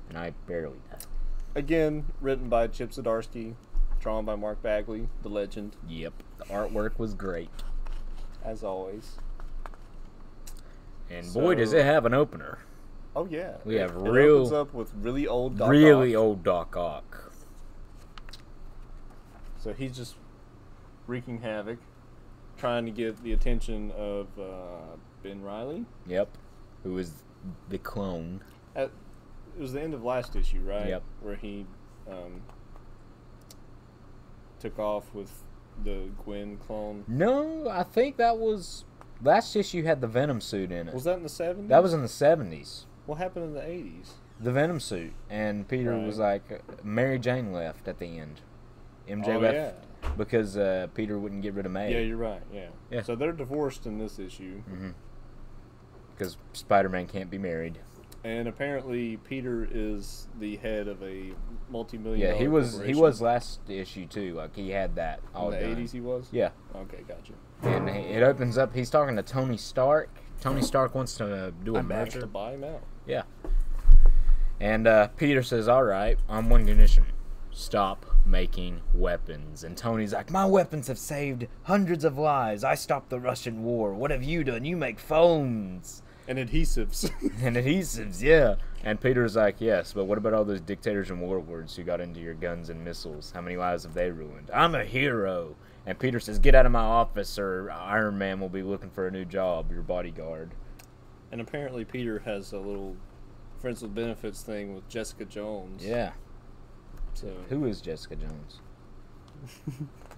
C: and I barely know.
B: Again, written by Chip Zdarsky, drawn by Mark Bagley, the legend,
C: Yep. The artwork was great.
B: as always.
C: And boy, does
B: So-
C: it have an opener.
B: Oh yeah.
C: We have
B: it
C: real-
B: opens up with really old. Doc
C: really
B: Ock.
C: old Doc Ock.
B: So he's just wreaking havoc, trying to get the attention of uh, Ben Riley.
C: Yep. Who is the clone.
B: At, it was the end of last issue, right?
C: Yep.
B: Where he um, took off with the Gwen clone.
C: No, I think that was last issue had the Venom suit in it.
B: Was that in the 70s?
C: That was in the seventies.
B: What happened in the 80s?
C: The Venom suit, and Peter was like, Mary Jane left at the end. MJ
B: oh,
C: left because uh, Peter wouldn't get rid of
B: yeah. Yeah,
C: May
B: you're right. Yeah.
C: Yeah. Mm-hmm.
B: So they're divorced in this issue,
C: because Spider-Man can't be married.
B: and apparently Peter is the head of a multi-million.
C: Yeah, he
B: dollar
C: was he
B: corporation.
C: was last issue too. Like he had that all
B: in the
C: done.
B: 80s. He was.
C: Yeah,
B: Okay, gotcha.
C: and he- it opens up. He's talking to Tony Stark. Tony Stark wants to do a
B: I'm back to
C: merger.
B: buy him out.
C: Yeah. And uh, Peter says, "All right, on one condition: stop making weapons." And Tony's like, "My weapons have saved hundreds of lives. I stopped the Russian war. What have you done? You make phones
B: And adhesives.
C: and adhesives, yeah." And Peter's like, "Yes, but what about all those dictators and warlords who got into your guns and missiles? How many lives have they ruined? I'm a hero." And Peter says, "Get out of my office, or Iron Man will be looking for a new job. Your bodyguard."
B: and apparently Peter has a little friends with benefits thing with Jessica Jones.
C: Yeah.
B: So
C: Who is Jessica Jones?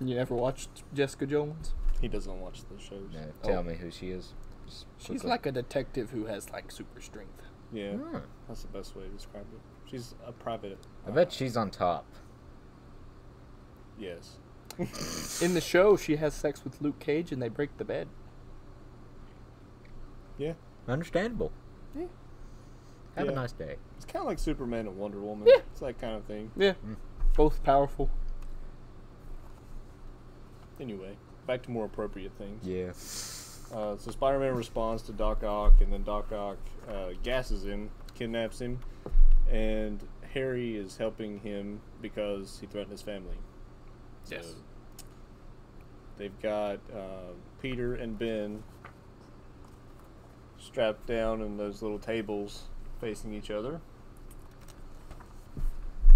A: You ever watched Jessica Jones?
B: he doesn't watch the shows.
C: No, tell me who she is. Just
A: She's
C: quickly.
A: like a detective who has like super strength.
B: Yeah.
C: Huh.
B: That's the best way to describe it. She's a private.
C: I bet she's on top.
B: Yes.
A: In the show, she has sex with Luke Cage and they break the bed.
B: Yeah.
C: Understandable.
A: Yeah.
C: Have a
B: Yeah.
C: nice day.
B: It's kind of like Superman and Wonder Woman. It's that kind of thing.
A: Yeah. Both powerful.
B: Anyway, back to more appropriate things.
C: Yeah.
B: Uh, so Spider-Man responds to Doc Ock, and then Doc Ock uh, gasses him, kidnaps him, and Harry is helping him because he threatened his family.
A: Yes.
B: They've got uh, Peter and Ben strapped down in those little tables facing each other.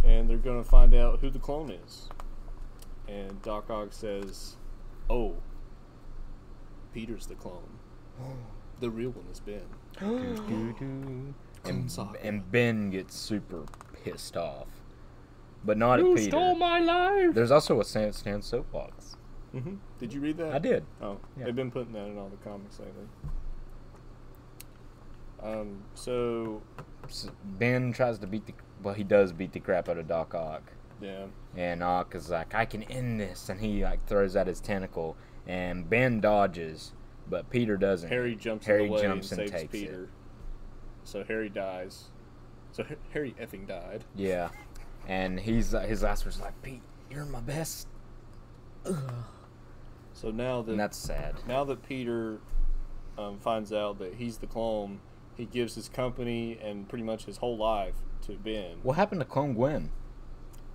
B: And they're going to find out who the clone is. And Doc Ock says, Oh, Peter's the clone. The real one is Ben.
C: and,
B: Gonzaga.
C: and Ben gets super pissed off, but not at Peter.
A: my life.
C: There's also a Sandstand soapbox.
B: hmm Did you read that?
C: I did.
B: Oh,
C: Yeah.
B: they've been putting that in all the comics lately. Um, so
C: S- Ben tries to beat the well, he does beat the crap out of Doc Ock,
B: yeah,
C: and Ock is like, "I can end this," and he like throws out his tentacle, and Ben dodges, but Peter doesn't.
B: Harry jumps
C: Harry
B: in the way
C: jumps
B: and,
C: and
B: saves
C: takes
B: Peter. So Harry dies. So Har- Harry effing died.
C: Yeah, and he's uh, his last words like, "Pete, you're my best,"
B: So now that
C: and that's sad.
B: now that Peter um, finds out that he's the clone, he gives his company and pretty much his whole life to Ben.
C: What happened to Clone Gwen?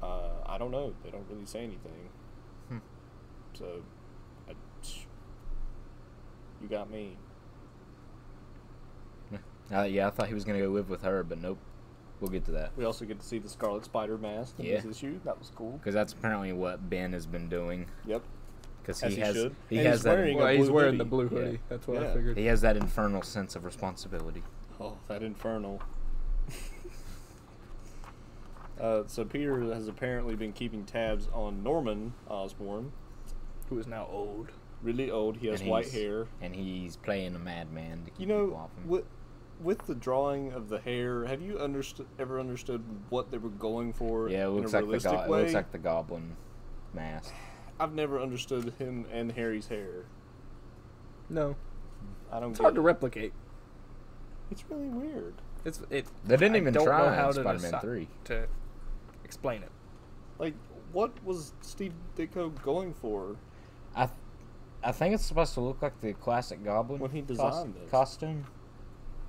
B: Uh, I don't know. They don't really say anything.
C: Hmm.
B: So, I, you got me.
C: Uh, yeah, I thought he was gonna go live with her, but nope. We'll get to that
B: We also get to see the Scarlet Spider mask in this
C: Yeah.
B: issue. That was cool.
C: because that's apparently what Ben has been doing
B: Yep.
C: because
B: As
C: he,
B: he
C: has
B: should.
C: he
B: And
C: has
B: he's
C: that
B: wearing
A: Well,
B: a
A: he's
B: blue
A: wearing
B: hoodie.
A: the blue
C: Yeah.
A: hoodie. That's what
B: Yeah.
A: I figured.
C: he has that infernal sense of responsibility.
B: Oh, that infernal. uh, so Peter has apparently been keeping tabs on Norman Osborn.
A: Who is now old.
B: Really old. He has
C: And
B: white
C: he's-
B: hair.
C: and he's playing a madman to keep
B: You
C: people
B: know,
C: off him.
B: with, with the drawing of the hair, have you understood ever understood what they were going for?
C: yeah, it looks
B: in a
C: like the
B: realistic
C: go- it
B: way?
C: looks like the goblin mask.
B: I've never understood him and Harry's hair.
A: No,
B: I don't.
A: it's
B: get
A: hard to
B: it.
A: replicate.
B: It's really weird.
A: It's it.
C: They didn't
A: I
C: even
A: don't
C: try
A: know how to
C: Spider-Man
A: decide-
C: three.
A: to explain it.
B: Like, what was Steve Ditko going for?
C: I, th- I think it's supposed to look like the classic goblin
B: When he
C: cos-
B: designed this.
C: costume.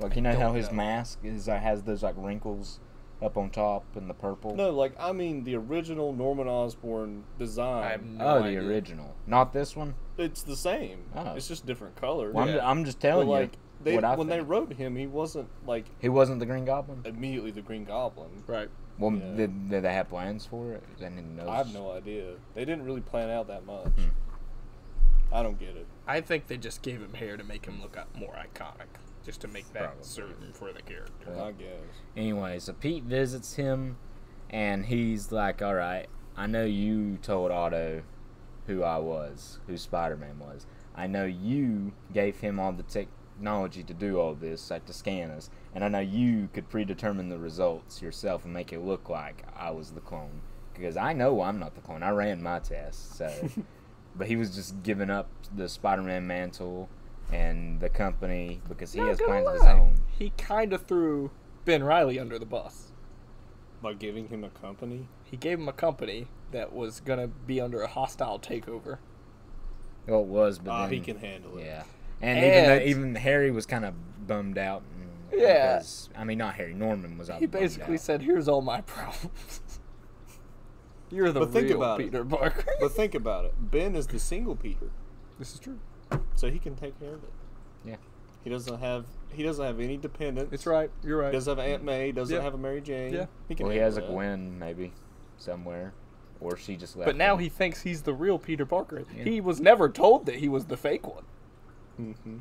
C: Like you know how
B: don't
C: his
B: know.
C: mask is uh, has those like wrinkles up on top and the purple.
B: No, like I mean the original Norman Osborn design.
A: I'm- no
C: oh, the
A: idea.
C: original, not this one.
B: It's the same.
C: Oh.
B: It's just different colors.
C: Well, I'm,
A: Yeah.
C: I'm just
B: But
C: telling
B: like
C: you
B: they,
C: what I
B: when they
C: think.
B: wrote him, he wasn't like
C: he wasn't the Green Goblin.
B: immediately the Green Goblin.
A: Right.
C: Well,
B: Yeah.
C: did, did they have plans for it? I didn't know.
B: I have no idea. They didn't really plan out that much.
C: Hmm.
B: I don't get it.
A: I think they just gave him hair to make him look up more iconic, just to make that
C: Probably.
A: certain for the character.
C: Yeah.
B: I guess.
C: Anyway, so Pete visits him, and he's like, "All right, I know you told Otto who I was, who Spider-Man was. I know you gave him all the technology to do all this, like to scan us, and I know you could predetermine the results yourself and make it look like I was the clone, because I know I'm not the clone. I ran my test, so." but he was just giving up the Spider-Man mantle and the company because he
A: Not
C: has
A: gonna
C: plans of his
A: lie,
C: own.
A: He kind of threw Ben Riley under the bus.
B: By giving him a company,
A: He gave him a company that was gonna be under a hostile takeover.
C: Well, it was, but
B: ah,
C: then,
B: he can handle it.
C: Yeah, and, even though,
A: And-
C: even Harry was kind of bummed out. And,
A: Yeah.
C: because- I mean not Harry Norman was.
A: He basically said, "Here's all my problems. You're the
B: But think
A: real
B: about it.
A: Peter Parker."
B: But think about it. Ben is the single Peter,
A: this is true.
B: so he can take care of it.
C: Yeah.
B: He doesn't have he doesn't have any dependents.
A: It's right. You're right.
B: Doesn't have Aunt May. Doesn't
A: Yep.
B: have a Mary Jane.
A: Yeah.
B: He can
C: Well, he
B: handle
C: has a
B: that.
C: Gwen maybe somewhere, or she just left.
A: But now
C: him.
A: he thinks he's the real Peter Parker.
C: Yeah.
A: He was never told that he was the fake one. Mm-hmm.
B: Mhm.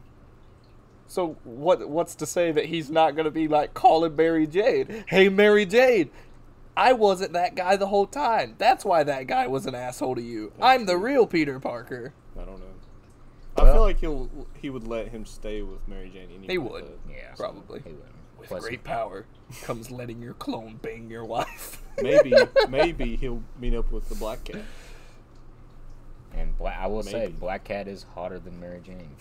A: So what? What's to say that he's not going to be like calling Mary Jane? Hey, Mary Jane, I wasn't that guy the whole time. That's why that guy was an asshole to you. I'm the real Peter Parker.
B: I don't know. I feel
C: Well-
B: like he'll he would let him stay with Mary Jane anyway.
A: He would.
B: but
C: Yeah.
A: Probably.
C: He wouldn't.
A: With
C: Plus,
A: great power comes letting your clone bang your wife.
B: Maybe maybe he'll meet up with the Black Cat.
C: And Bla- I will say,
B: Maybe.
C: Black Cat is hotter than Mary Jane.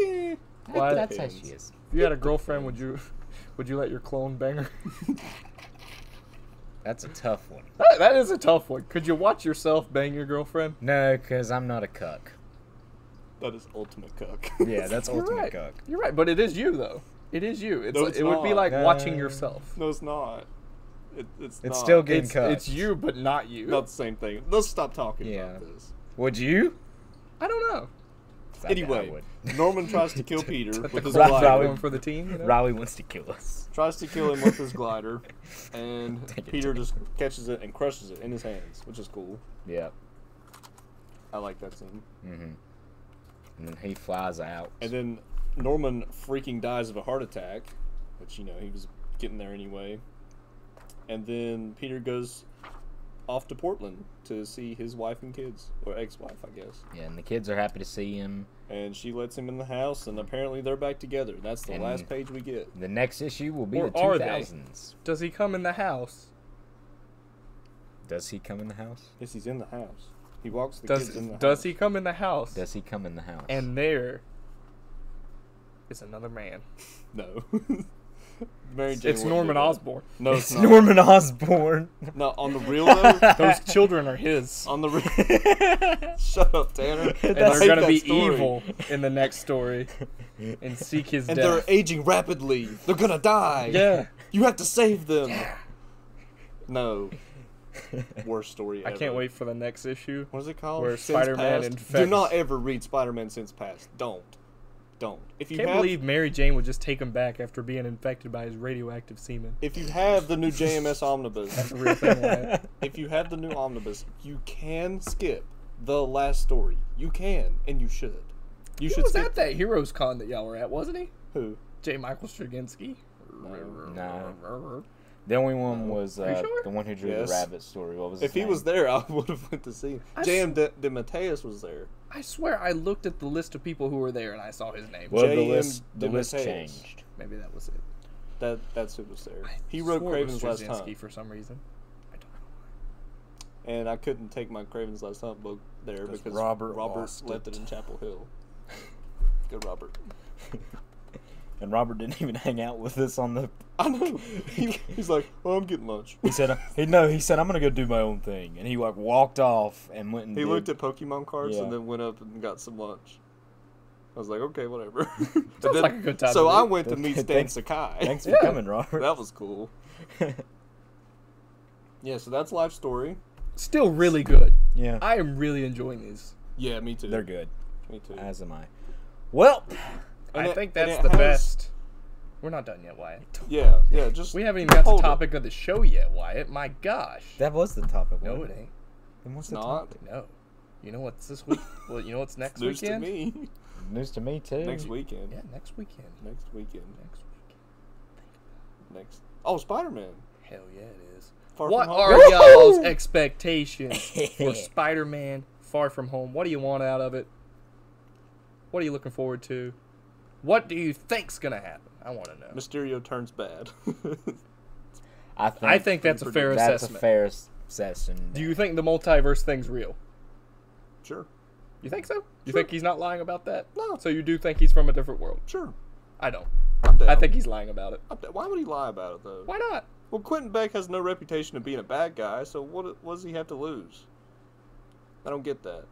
B: Eh,
C: That-
A: What?
C: That's how
B: Depends.
C: she is.
A: If you had a girlfriend, would you? Would you let your clone bang her?
C: That's a tough one.
A: That- that is a tough one. Could you watch yourself bang your girlfriend?
C: No, because I'm not a cuck.
B: that is ultimate cuck.
C: Yeah, that's
A: You're
C: ultimate
A: right.
C: cuck.
A: You're right, but it is you though. It is you. It's,
B: No, it's
A: it would be
B: not.
A: like
C: No.
A: watching yourself.
B: no, it's not. It, it's
C: It's
B: not.
C: still getting
A: It's,
C: cucked.
A: it's you, but not you.
B: Not the same thing. Let's stop talking
C: Yeah.
B: about this.
C: Would you?
A: I don't know.
C: I- I
B: Anyway,
C: would.
B: Norman tries to kill Peter with his
C: crowd
B: glider.
C: probably-
A: Going for the team. You know?
C: Riley wants to kill us.
B: Tries to kill him with his glider, and
C: Take it,
B: Peter
C: take
B: just catches it and crushes it in his hands, which is cool.
C: Yeah.
B: I like that scene.
C: Mm-hmm. And then he flies out.
B: And then Norman freaking dies of a heart attack, which you know he was getting there anyway. And then Peter goes off to Portland to see his wife and kids, or ex-wife, I guess.
C: Yeah, and the kids are happy to see him.
B: And she lets him in the house, and apparently they're back together. That's the
C: And-
B: last page we get.
C: The next issue will be
A: Or
C: the
A: are
C: two
A: they?
C: thousands.
A: Does he come in the house?
C: Does he come in the house?
B: Yes, he's in the house. He walks the
A: Does
B: kids in the
A: does
B: house.
A: he come in the house?
C: Does he come in the house?
A: And there is another man.
B: No. Mary Jane
A: it's
B: wouldn't do
A: Norman
B: that.
A: Osborn.
B: No, it's,
C: it's
B: not.
C: Norman Osborn.
B: No, on the real though.
A: Those children are his.
B: on the real. Shut up, Tanner.
C: And
A: And
C: That's-
A: they're gonna
B: that
A: be
B: story.
A: evil in the next story and seek his
B: And they're
A: death.
B: aging rapidly. They're gonna die.
A: yeah.
B: You have to save them. No. Worst story ever.
A: I can't wait for the next issue.
B: What is it called?
A: Where
B: Sins
A: Spider-Man
B: Past? Do
A: infects-
B: not ever read Spider-Man Since Past. Don't. Don't. If you
A: Can't
B: have,
A: believe Mary Jane would just take him back after being infected by his radioactive semen.
B: if you have the new JMS Omnibus,
A: That's a real thing. Wyatt.
B: if you have the new Omnibus, you can skip the last story. You can, and you should.
A: He
B: You should
A: was
B: skip
A: at that Heroes Con that y'all were at, wasn't he?
B: who?
A: J. Michael Straczynski.
C: Nah. The only one was
A: you
C: uh,
A: sure?
C: the one who drew
B: Yes.
C: the rabbit story. What was his
B: If he
C: name?
B: was there, I would have went to see him.
A: I
B: J.M. De, DeMatteis was there.
A: I swear I looked at the list of people who were there and I saw his name.
C: well, the
B: J.M.
C: list the list
B: DeMatteis.
C: changed.
A: Maybe that was it.
B: That that's who was there.
A: I
B: He wrote
A: swore it was
B: Craven's Last
A: Straczynski
B: Hunt,
A: for some reason. I don't know.
B: and I couldn't take my Craven's Last Hunt book there
C: Because
B: because
C: Robert
B: Robert,
C: lost
B: left it in Chapel Hill. Good Robert.
C: And Robert didn't even hang out with us on the.
B: I know. He, he's like, "Well, I'm getting lunch."
C: He said, "He no." He said, "I'm gonna go do my own thing," and he like walked off and went and
B: He
C: did-
B: looked at Pokemon cards
C: Yeah.
B: and then went up and got some lunch. I was like, "Okay, whatever."
A: Sounds like a good time
B: so
A: to
B: I
A: meet.
B: went to meet Stan
C: Thanks-
B: Sakai.
C: Thanks for
A: Yeah.
C: coming, Robert.
B: that was cool. Yeah, so that's life story.
A: Still really good.
C: yeah,
A: I am really enjoying these.
B: Yeah, me too.
C: they're good.
B: Me too.
C: As am I. Well,
B: And
A: I
B: it-
A: think
B: and
A: that's
B: it
A: the
B: has-
A: best. We're not done yet, Wyatt.
B: Yeah, yeah. Just
A: We haven't even got to
B: hold
A: the
B: it.
A: topic of the show yet, Wyatt. My gosh.
C: that was the topic.
A: no,
C: wasn't
A: it ain't.
C: Then what's
B: It's
C: the
B: not
C: topic?
A: No. You know what's this week? Well, you know what's next
B: news to
A: weekend?
B: me.
C: News to me too.
B: Next weekend.
A: Yeah, next weekend.
B: Next weekend.
A: Next weekend.
B: Next. Oh, Spider Man.
A: Hell yeah, it is.
B: Far
A: what
B: From Home.
A: are y'all's expectations for Spider-Man: Far From Home? What do you want out of it? What are you looking forward to? What do you think's gonna happen? I want to know.
B: Mysterio turns bad.
C: I think,
A: I think that's a fair
C: that's
A: assessment.
C: a fair assessment.
A: Do you think the multiverse thing's real?
B: sure.
A: You think so? You think he's not lying about that?
B: No.
A: So you do think he's from a different world?
B: Sure.
A: I don't.
B: I'm down.
A: I think he's lying about it.
B: I'm down. Why would he lie about it though?
A: Why not?
B: Well, Quentin Beck has no reputation of being a bad guy, so what, what does he have to lose? I don't get that.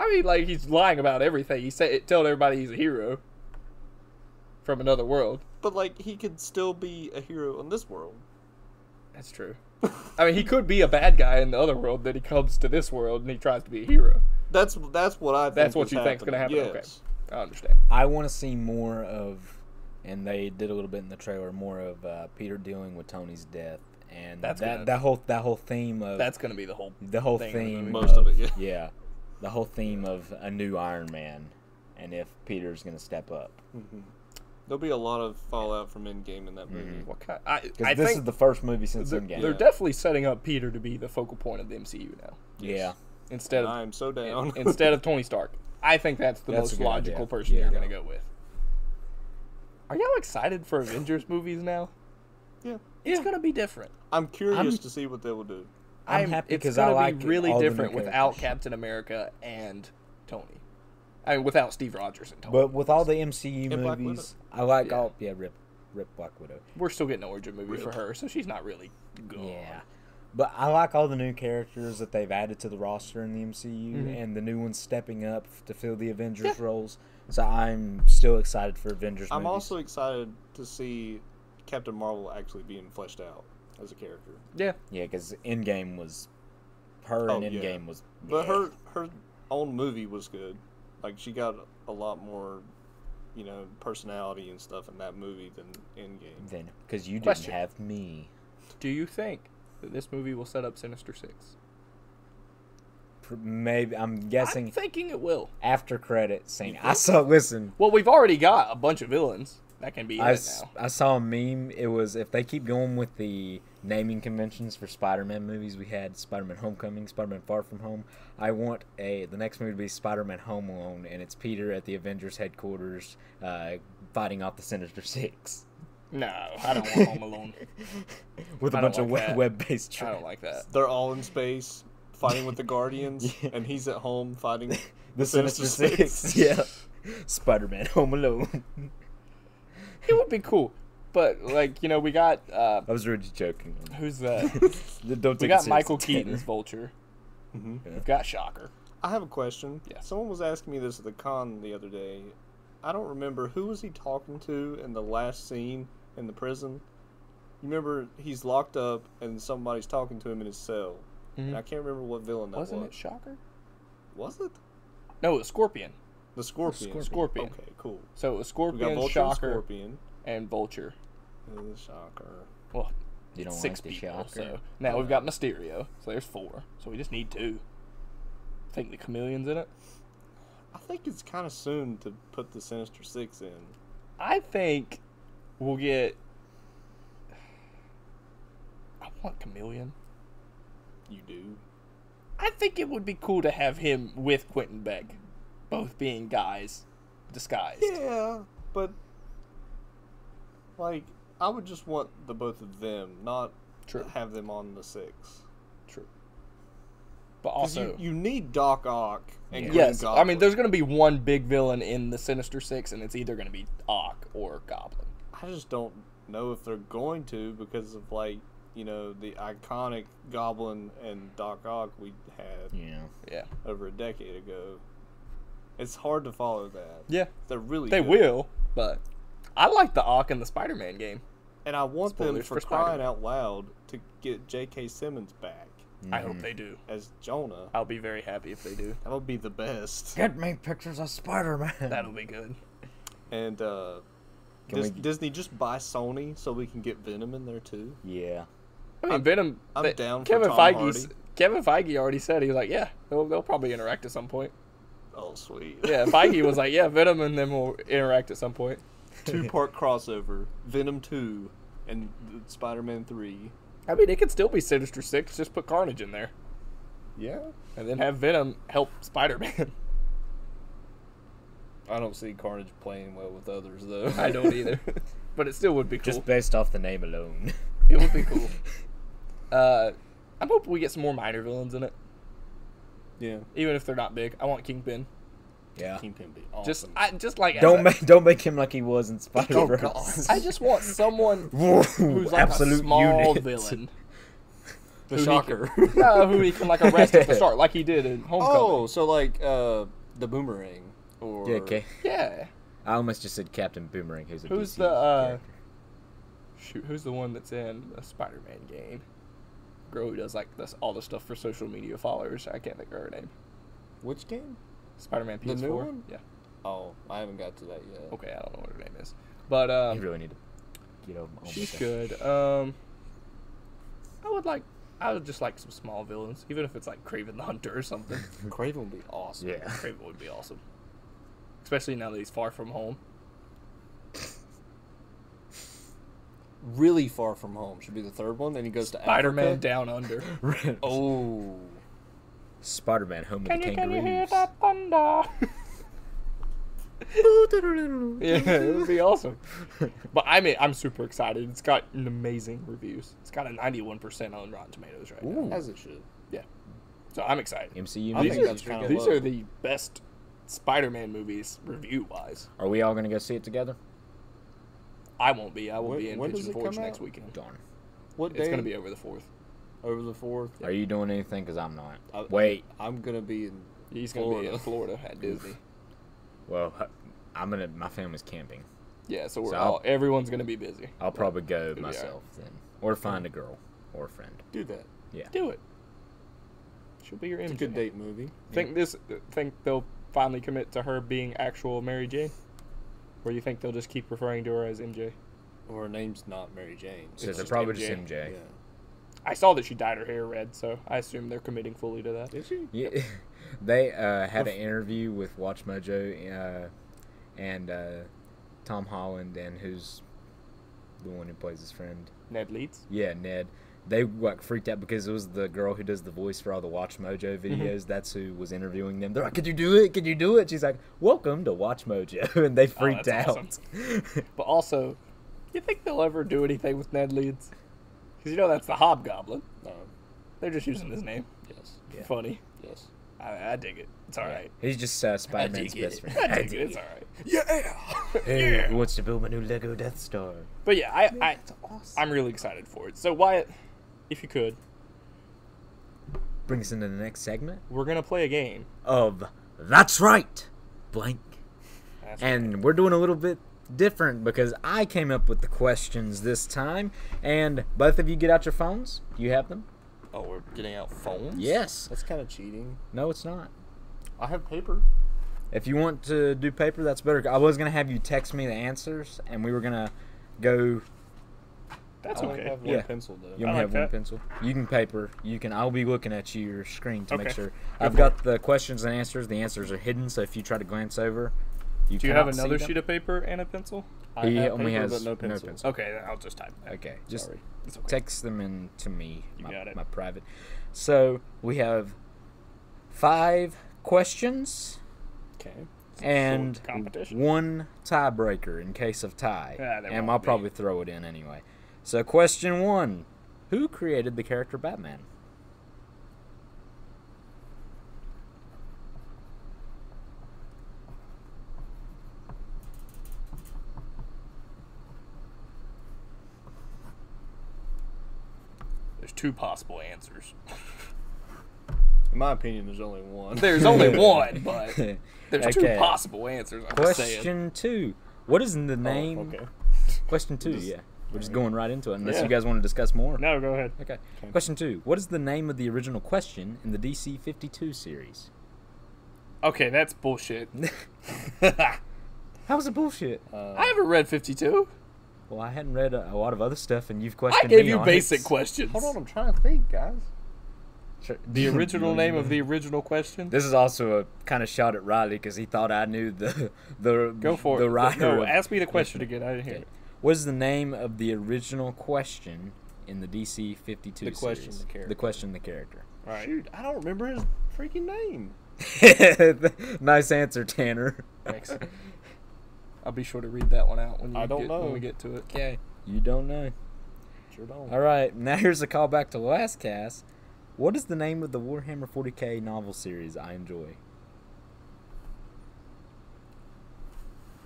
A: I mean, like he's lying about everything. He said, "Told everybody he's a hero from another world."
B: But like, he could still be a hero in this world.
A: That's true. I mean, he could be a bad guy in the other world. Then he comes to this world and he tries to be a hero.
B: That's that's what I. Think
A: That's what
B: is
A: you think's gonna
B: happening.
A: happen, okay.
B: Yes.
A: I understand.
C: I want to see more of, and they did a little bit in the trailer, more of uh, Peter dealing with Tony's death, and
A: That's
C: that
A: good.
C: that whole that whole theme of
A: That's gonna be the whole.
C: the whole
A: thing of the
C: theme
A: movie.
B: Most of it, yeah.
C: yeah, the whole theme of a new Iron Man, and if Peter's gonna step up
B: There'll be a lot of fallout from Endgame in
A: Mm-hmm.
B: that movie.
A: What kind? I, I
C: because this is
A: think
C: the first movie since
A: they're,
C: Endgame.
A: they're definitely setting up Peter to be the focal point of the MCU now,
C: Yeah,
A: instead of
B: I am so down.
A: instead of Tony Stark. I think that's the
C: That's a
A: most
C: good
A: logical
C: idea.
A: person
C: Yeah.
A: you're gonna go with. Are y'all excited for Avengers movies now?
B: yeah.
A: It's gonna be different.
B: I'm curious
C: I'm-
B: to see what they will do.
C: I'm happy
A: it's
C: 'cause I
A: gonna
C: like
A: be really
C: all the new
A: different without
C: characters.
A: Captain America and Tony. I mean, without Steve Rogers and Tony.
C: but with all the MCU
B: And Black
C: movies, I like
A: Yeah.
C: all yeah rip rip Black Widow.
A: we're still getting an origin movie for her, so she's not really gone.
C: Yeah. But I like all the new characters that they've added to the roster in the MCU and the new ones stepping up to fill the Avengers roles. So I'm still excited for Avengers
B: I'm
C: movies.
B: also excited to see Captain Marvel actually being fleshed out as a character.
A: Yeah.
C: Yeah, because Endgame was. Her
B: Oh,
C: and
B: yeah.
C: Endgame was.
B: But
C: yeah.
B: her her own movie was good. Like she got a lot more, you know, personality and stuff in that movie than Endgame.
C: Then. Because you didn't
A: Question.
C: have me.
A: Do you think that this movie will set up Sinister Six?
C: pr- maybe I'm guessing
A: I'm thinking it will.
C: after credit scene. I saw. Listen,
A: Well, we've already got a bunch of villains that can be in
C: I,
A: it
C: s-
A: now.
C: I saw a meme. It was if they keep going with the naming conventions for Spider-Man movies, we had Spider-Man: Homecoming, Spider-Man: Far From Home. I want a the next movie to be Spider-Man: Home Alone, and it's Peter at the Avengers headquarters uh, fighting off the Sinister Six
A: No, I don't want Home Alone.
C: with a
A: I don't
C: bunch of
A: like
C: web-
A: that.
C: web-based
A: I
C: traps.
A: don't like that.
B: They're all in space fighting with the Guardians,
C: Yeah.
B: and he's at home fighting
C: the Sinister Six. yeah, Spider-Man: Home Alone.
A: It would be cool, but like you know, we got uh,
C: I was really joking.
A: who's that?
C: Don't
A: We
C: take it
A: got
C: seriously,
A: Michael
C: Tanner.
A: Keaton's Vulture.
B: Mhm.
A: We've got Shocker.
B: I have a question.
A: Yeah.
B: Someone was asking me this at the con the other day. I don't remember who was he talking to in the last scene in the prison. You remember he's locked up and somebody's talking to him in his cell. And I can't remember what villain that
A: Mm-hmm. Wasn't
B: was.
A: it Shocker?
B: Was it?
A: No, it was Scorpion.
B: The Scorpion.
C: Scorpion.
A: Scorpion.
B: Okay, cool.
A: So it was
B: We got
A: Scorpion,
B: Vulture and
A: Shocker,
B: Scorpion.
A: and Vulture.
B: And the Shocker.
A: Well,
C: You don't
A: six
C: like the
A: people.
C: shocker.
A: So now we've got Mysterio. So there's four. So we just need two. Think the chameleon's in it.
B: I think it's kind of soon to put the Sinister Six in.
A: I think we'll get. I want chameleon.
B: You do.
A: I think it would be cool to have him with Quentin Beck, both being guys disguised.
B: Yeah, but like I would just want the both of them, not
A: True.
B: have them on the six.
A: True. But
B: 'Cause
A: also,
B: you, you need Doc Ock and Green
A: yes, I mean,
B: Goblin.
A: there's going to be one big villain in the Sinister Six, and it's either going to be Ock or Goblin.
B: I just don't know if they're going to because of like you know the iconic Goblin and Doc Ock we had
C: Yeah.
A: Yeah.
B: over a decade ago. It's hard to follow that.
A: Yeah.
B: They're really
A: They
B: good.
A: will, but I like the Ock in the Spider Man game.
B: and I want them
A: Spoilers
B: for,
A: for
B: crying
A: Spider-Man.
B: out loud to get J.K. Simmons back
A: I
B: Mm.
A: hope they do.
B: as Jonah.
A: I'll be very happy if they do.
B: That'll be the best.
C: Get me pictures of Spider-Man.
A: That'll be good.
B: And uh,
C: Can
B: Dis-
C: we-
B: Disney just buy Sony so we can get Venom in there too.
C: yeah.
A: I mean, Venom.
B: I'm
A: they-
B: down for
A: Kevin
B: Tom
A: Feige's-
B: Hardy.
A: Kevin Feige already said he was like, yeah, they'll, they'll probably interact at some point.
B: Oh sweet.
A: Yeah, Feige was like, yeah, Venom and them will interact at some point.
B: Two part crossover, Venom two, and Spider Man three.
A: I mean, it could still be Sinister Six. Just put Carnage in there,
B: Yeah.
A: and then have Venom help Spider Man.
B: I don't see Carnage playing well with others though.
A: I don't either, but it still would be cool.
C: Just based off the name alone.
A: it would be cool. Uh, I'm hoping we get some more minor villains in it,
B: yeah.
A: even if they're not big. I want Kingpin.
C: yeah.
B: Kingpin be awesome.
A: Just I just like as
C: Don't
A: a-
C: make don't make him like he was in Spider
B: God.
C: Verse.
A: I just want someone who's like
C: absolute
A: a small
C: unit.
A: villain.
B: the
A: who he
B: shocker.
A: can- no, who he can like arrest at the start, like he did in Homecoming.
B: oh, so like uh, the boomerang or
C: Yeah, okay.
A: Yeah.
C: I almost just said Captain Boomerang. Who's a
A: Who's
C: DC
A: the uh
C: character.
A: shoot, who's the one that's in a Spider Man game? Girl who does like this all the stuff for social media followers. I can't think of her name.
B: which game?
A: Spider Man
B: The
A: PS4.
B: new one?
A: Yeah.
B: Oh, I haven't got to that yet.
A: Okay, I don't know what her name is. But
C: you
A: um
C: really need to get over. oh my
A: she's
C: God.
A: good. Um I would like I would just like some small villains, even if it's like Craven the Hunter or something.
B: Craven would be awesome.
C: Yeah.
A: Craven would be awesome. Especially now that he's far from home.
B: Really far from home should be the third one. Then he goes to
A: Spider Man
B: Africa.
A: Down Under.
B: Oh.
C: Spider Man, home of the kangaroos.
A: thunder? yeah, it would be awesome. But I mean, I'm super excited. It's got an amazing reviews. It's got a 91% on Rotten Tomatoes right now.
C: Ooh.
B: As it should.
A: So I'm excited.
C: MCU
B: I
C: movies.
B: think that's kind of
A: These are the best Spider-Man movies review-wise.
C: Are we all gonna go see it together?
A: I won't be. I will
B: When-
A: be in
B: when does
A: Pigeon
B: it
A: Forge
B: come
A: next
B: out?
A: weekend.
C: Darn.
B: What day?
A: It's gonna be over the fourth.
B: over the fourth.
C: Are you doing anything? Cause I'm not.
A: Uh,
B: I-
C: Wait.
B: I'm gonna be in.
A: He's gonna be in Florida at Disney.
C: Well, I'm gonna. My family's camping.
A: Yeah, so we're
C: So I'll-
A: all. Everyone's gonna be busy.
C: I'll probably go
A: be
C: myself then, or find a girl or a friend.
B: Do that.
C: Yeah.
A: Do it. She'll be your
B: It's a
A: MJ.
B: good date movie.
A: Think this? Think they'll finally commit to her being actual Mary Jane, or you think they'll just keep referring to her as MJ?
B: Or her name's not Mary Jane.
C: So
A: It's
C: they're
A: just
C: probably
A: MJ.
C: just MJ.
B: yeah.
A: I saw that she dyed her hair red, so I assume they're committing fully to that.
B: Did she?
C: Yeah, they uh, had an interview with Watch Mojo uh, and uh, Tom Holland, and who's the one who plays his friend?
A: Ned Leeds.
C: Yeah, Ned. They like freaked out because it was the girl who does the voice for all the Watch Mojo
A: Mm-hmm.
C: videos. That's who was interviewing them. They're like, "Could you do it? Could you do it?" She's like, "Welcome to Watch Mojo," and they freaked
A: Oh, that's
C: out.
A: But also, you think they'll ever do anything with Ned Leeds? Because you know that's the Hobgoblin.
B: No.
A: They're just using his name.
B: Yes.
A: Funny.
B: Yes.
A: I, I dig it. It's all right.
C: He's just uh,
A: I
C: Spider Man's
A: dig
C: best
A: it.
C: friend.
A: I dig it. It's all right. Yeah.
C: Hey,
A: yeah.
C: who wants to build my new Lego Death Star?
A: But yeah, I, I
D: awesome.
A: I'm really excited for it. So Wyatt, if you could,
C: Brings us into the next segment
A: we're gonna play a game.
C: of That's Right, Blank.
A: That's
C: And we're doing a little bit different because I came up with the questions this time. And both of you get out your phones. Do you have them?
D: Oh, we're getting out phones.
C: Yes.
B: That's kind of cheating.
C: No, it's not.
B: I have paper.
C: If you want to do paper, that's better. I was going to have you text me the answers and we were going to go.
A: That's
B: I only
A: okay.
B: have one
C: Yeah.
B: pencil though.
C: You only
A: like
C: have one
A: that.
C: pencil. You can paper. You can. I'll be looking at your screen to make
A: Okay.
C: sure.
A: Go
C: I've
A: for
C: got the questions and answers. The answers are hidden, so if you try to glance over, you
A: Do you have
C: cannot see
A: another
C: them.
A: sheet of paper and a pencil?
B: I
C: He
B: have
C: only
B: paper,
C: has
B: but
C: no
B: no pencil.
C: pencil.
A: Okay, then I'll just type that.
C: Okay, just
A: Sorry. It's okay.
C: text them in to me,
A: You
C: my,
A: got it.
C: my private. So we have five questions
B: Okay.
C: and
A: competition.
C: one tiebreaker in case of tie.
A: Ah, there
C: and
A: won't
C: I'll
A: be.
C: probably throw it in anyway. So question one: Who created the character Batman?
A: There's two possible answers.
B: In my opinion, there's only one.
A: There's only one, but there's two
C: Okay.
A: possible answers. I'm just saying.
C: question two: What is the
B: Oh,
C: name?
B: okay.
C: Question two.
B: just-
C: yeah, we're just going right into it. Unless
A: Yeah.
C: you guys want to discuss more.
A: No, go ahead.
C: Okay. Question two. What is the name of the original question in the DC 52 series?
A: Okay, that's bullshit.
C: How was it bullshit?
A: I haven't read 52.
C: Uh, Well, I hadn't read a, a lot of other stuff, and you've
A: I
C: questioned
A: gave
C: me
A: you
C: on
A: basic
C: it.
A: questions.
B: Hold on, I'm trying to think, guys.
C: Sure.
A: The original name of the original question?
C: This is also a kind of shot at Riley because he thought I knew the the
A: Go for
C: the
A: it.
C: writer.
A: No,
C: of-
A: ask me the question again. I didn't hear it.
C: What is the name of the original question in the DC 52
B: The question,
C: series?
B: the character.
C: The question, the character.
A: All right.
B: Shoot, I don't remember his freaking name.
C: nice answer, Tanner.
A: Thanks. I'll be sure to read that one out when, you
B: I don't
A: get,
B: know.
A: when we get to it.
C: Okay. You don't know.
B: Sure don't.
C: All right, now here's a callback to last cast. What is the name of the Warhammer 40k novel series I enjoy?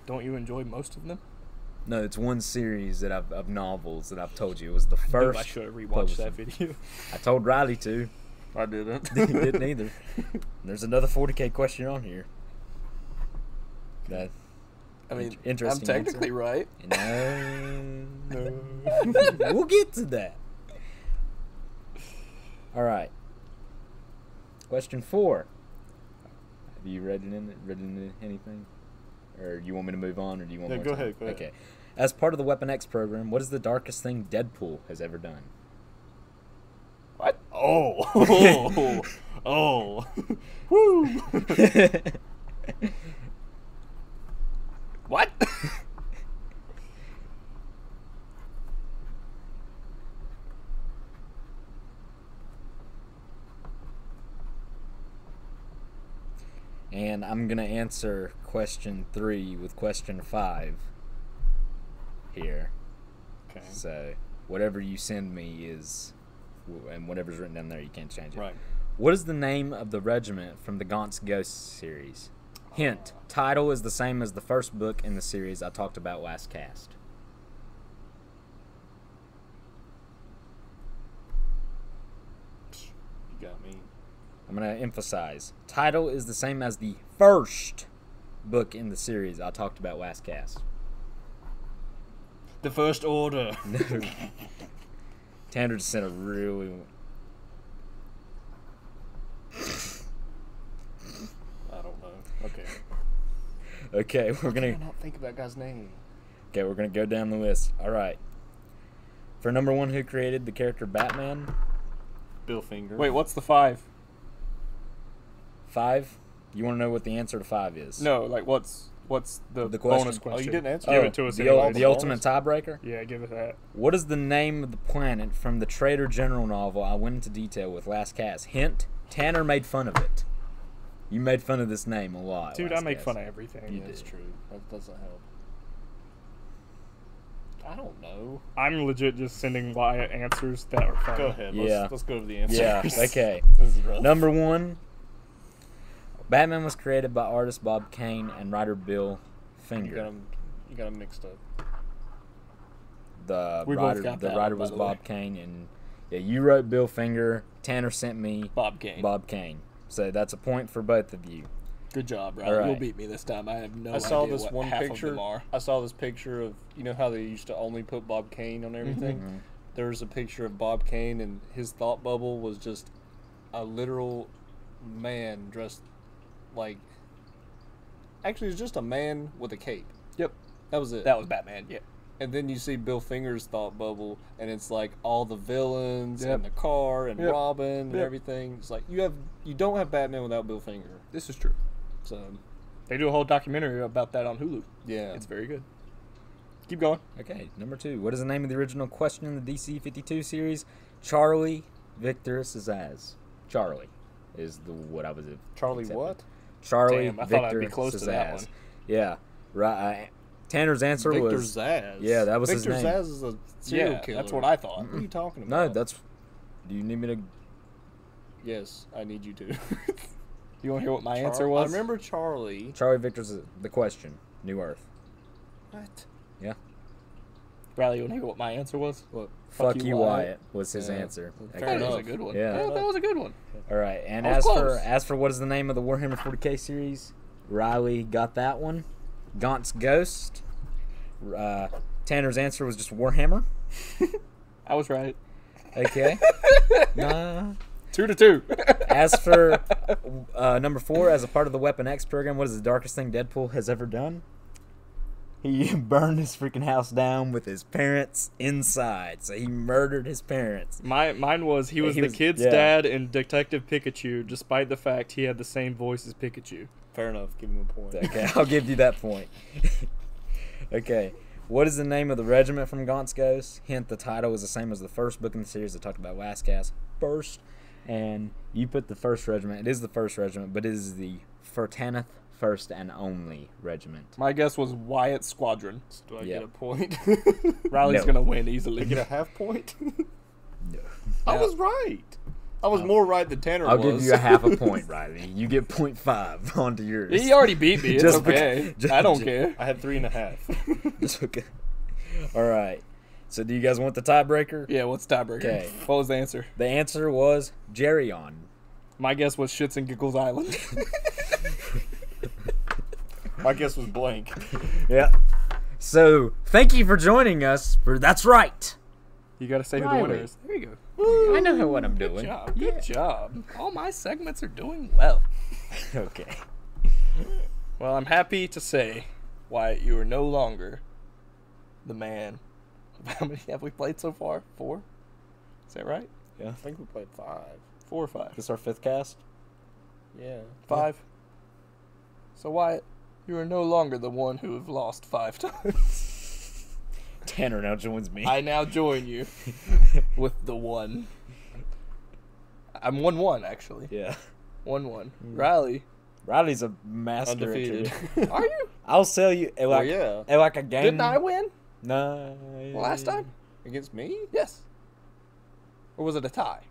A: Don't you enjoy most of them?
C: No, it's one series that I've of novels that I've told you. It was the
A: Dude,
C: first.
A: I should have rewatched
C: published
A: that
C: one.
A: video.
C: I told Riley to.
B: I didn't.
C: He didn't either. There's another 40k question on here. That
A: I mean, I'm
C: Interesting answer.
A: technically right.
C: no, no. we'll get to that. All right. Question four. Have you read it in it? Read it in anything? Or you want me to move on, or do you want?
B: Yeah,
C: more
B: go
C: time?
B: ahead, go ahead.
C: Okay. As part of the Weapon X program, what is the darkest thing Deadpool has ever done?
A: What?
B: Oh. oh. Oh. Woo.
A: What?
C: and I'm gonna answer question three with question five. Here.
B: Okay.
C: So whatever you send me is, w- and whatever's written down there, you can't change it.
B: Right.
C: What is the name of the regiment from the Gaunt's Ghost series? Hint: title is the same as the first book in the series I talked about last cast.
B: You got me.
C: I'm gonna emphasize: title is the same as the first book in the series I talked about last cast.
B: The first order.
C: Tanner just sent a really.
B: I don't know. Okay.
C: Okay, we're gonna.
B: not think of that guy's name.
C: Okay, we're gonna go down the list. All right. For number one, who created the character Batman?
B: Bill Finger.
A: Wait, what's the five?
C: Five. You want to know what the answer to five is?
A: No, like what's what's the,
C: The
A: bonus
C: question.
A: question?
B: Oh, you didn't answer.
C: Oh,
A: Give it to us
C: The,
A: anyway.
C: ul- the ultimate tiebreaker.
A: Yeah, give it that.
C: What is the name of the planet from the Trader General novel I went into detail with last cast? Hint: Tanner made fun of it. You made fun of this name a lot.
A: Dude, I
C: last
A: make
C: cast.
A: fun of everything.
C: You
B: That's
C: did.
B: true. That doesn't help. I don't know.
A: I'm legit just sending Wyatt answers that are funny.
B: Go ahead.
C: Yeah.
B: Let's, let's go to the answers.
C: Yeah. Okay.
B: This is rough.
C: Number one, Batman was created by artist Bob Kane and writer Bill
B: You got
C: Finger.
B: 'em- you got 'em mixed up.
C: The
A: We both
C: writer,
A: got
C: the
A: that
C: writer
A: one, by
C: was
A: the
C: Bob Kane, and yeah, you wrote Bill Finger. Tanner sent me
A: Bob Kane.
C: Bob Kane. So that's a point for both of you.
A: Good job,
C: Riley. Alright. You'll beat
A: me this time. I have no
B: I saw this one picture. I saw this picture of you know how they used to only put Bob Kane
A: Mm-hmm.
B: on everything. There was a picture of Bob Kane, and his thought bubble was just a literal man dressed like. Actually, it's just a man with a cape.
A: Yep.
B: That was it.
A: That was Batman. Yeah.
B: and then you see Bill Finger's thought bubble, and it's like all the villains
A: Yep.
B: and the car and
A: Yep.
B: Robin and
A: Yep.
B: everything. It's like you have you don't have Batman without Bill Finger.
A: This is true.
B: So
A: They do a whole documentary about that on Hulu.
B: yeah,
A: It's very good. Keep going.
C: Okay, number two. What is the name of the original question in the DC 52 series? Charlie Victor Cesaz. Charlie is the what I was.
B: Charlie
C: accepting.
B: what?
C: Charlie
A: Damn, I
C: Victor
A: thought I'd be close to that
C: Cesaz.
A: one.
C: Yeah, right. I, Tanner's answer
B: Victor
C: was
B: Zaz.
C: yeah, that was his
B: Victor
C: name.
B: Zaz is a serial
A: yeah,
B: killer. Mm-hmm.
A: that's what I thought.
B: What are you talking
C: no.
B: about?
C: That's. Do you need me to?
B: yes. I need you to.
A: You want to hear what my answer
B: Char-
A: was?
B: I remember Charlie.
C: Charlie Victor's the question. New Earth.
B: What?
C: Yeah.
A: Riley, you want to hear what my answer was?
B: What?
C: Fuck, you, Wyatt. Was his
B: Yeah.
C: answer.
B: Fair
C: Okay.
A: That was
B: enough.
A: a good one.
C: Yeah.
A: That, that was a good one.
C: All right, and
A: I was
C: as for
A: close.
C: as for what is the name of the Warhammer 40k series, Riley got that one. Gaunt's Ghost. Uh, Tanner's answer was just Warhammer.
A: I was right.
C: Okay. nah.
A: Two to two.
C: As for uh, number four, as a part of the Weapon X program, what is the darkest thing Deadpool has ever done? He burned his freaking house down with his parents inside. So he murdered his parents.
A: my mine was he was
C: he
A: the
C: was-
A: kid's
C: yeah.
A: dad in Detective Pikachu, despite the fact he had the same voice as Pikachu.
B: Fair enough. Give him a point.
C: Okay, I'll give you that point. okay. What is the name of the regiment from Gaunt's Ghost? Hint the title is the same as the first book in the series I talked about last cast. First. And you put the first regiment. It is the first regiment, but it is the Fertanith first and only regiment.
A: My guess was Wyatt Squadron.
B: Do I
C: Yeah.
B: get a point?
A: Riley's
C: No.
A: gonna win easily.
B: get a half point. I was right. I was more right than Tanner
C: I'll
B: was.
C: give you a half a point, Riley. You get point five onto yours.
A: He already beat me. It's
C: Just beca-
A: okay.
C: ju-
A: I don't
C: ju-
A: care.
B: I had three and a half.
C: It's okay. All right. So do you guys want the tiebreaker?
A: Yeah, what's tiebreaker?
C: Okay.
A: What was the answer?
C: The answer was Geryon.
A: My guess was Shits and Giggles Island.
B: My guess was blank.
C: Yeah. So thank you for joining us for that's right.
A: you gotta say who the winner
C: Riley.
A: is. There you go.
C: I know what I'm doing.
A: Good job. Good job. All my segments are doing well.
C: Okay.
A: Well, I'm happy to say, Wyatt, you are no longer the man. How many have we played so far? Four? Is that right?
B: I think we played five.
A: Four or five?
C: This our fifth cast.
B: Yeah.
A: Five. So, Wyatt, you are no longer the one who have lost five times.
C: Tanner now joins me.
A: I now join you with the one. I'm 1 1, actually.
C: yeah.
A: 1 1.
B: Mm.
A: Riley,
C: Riley's a master. at
B: Undefeated.
C: trivia.
A: are you?
C: I'll sell you eh, like
B: yeah.
C: eh, like a game.
A: Didn't I win
C: No.
A: last time?
B: Against me?
A: Yes. Or was it a tie?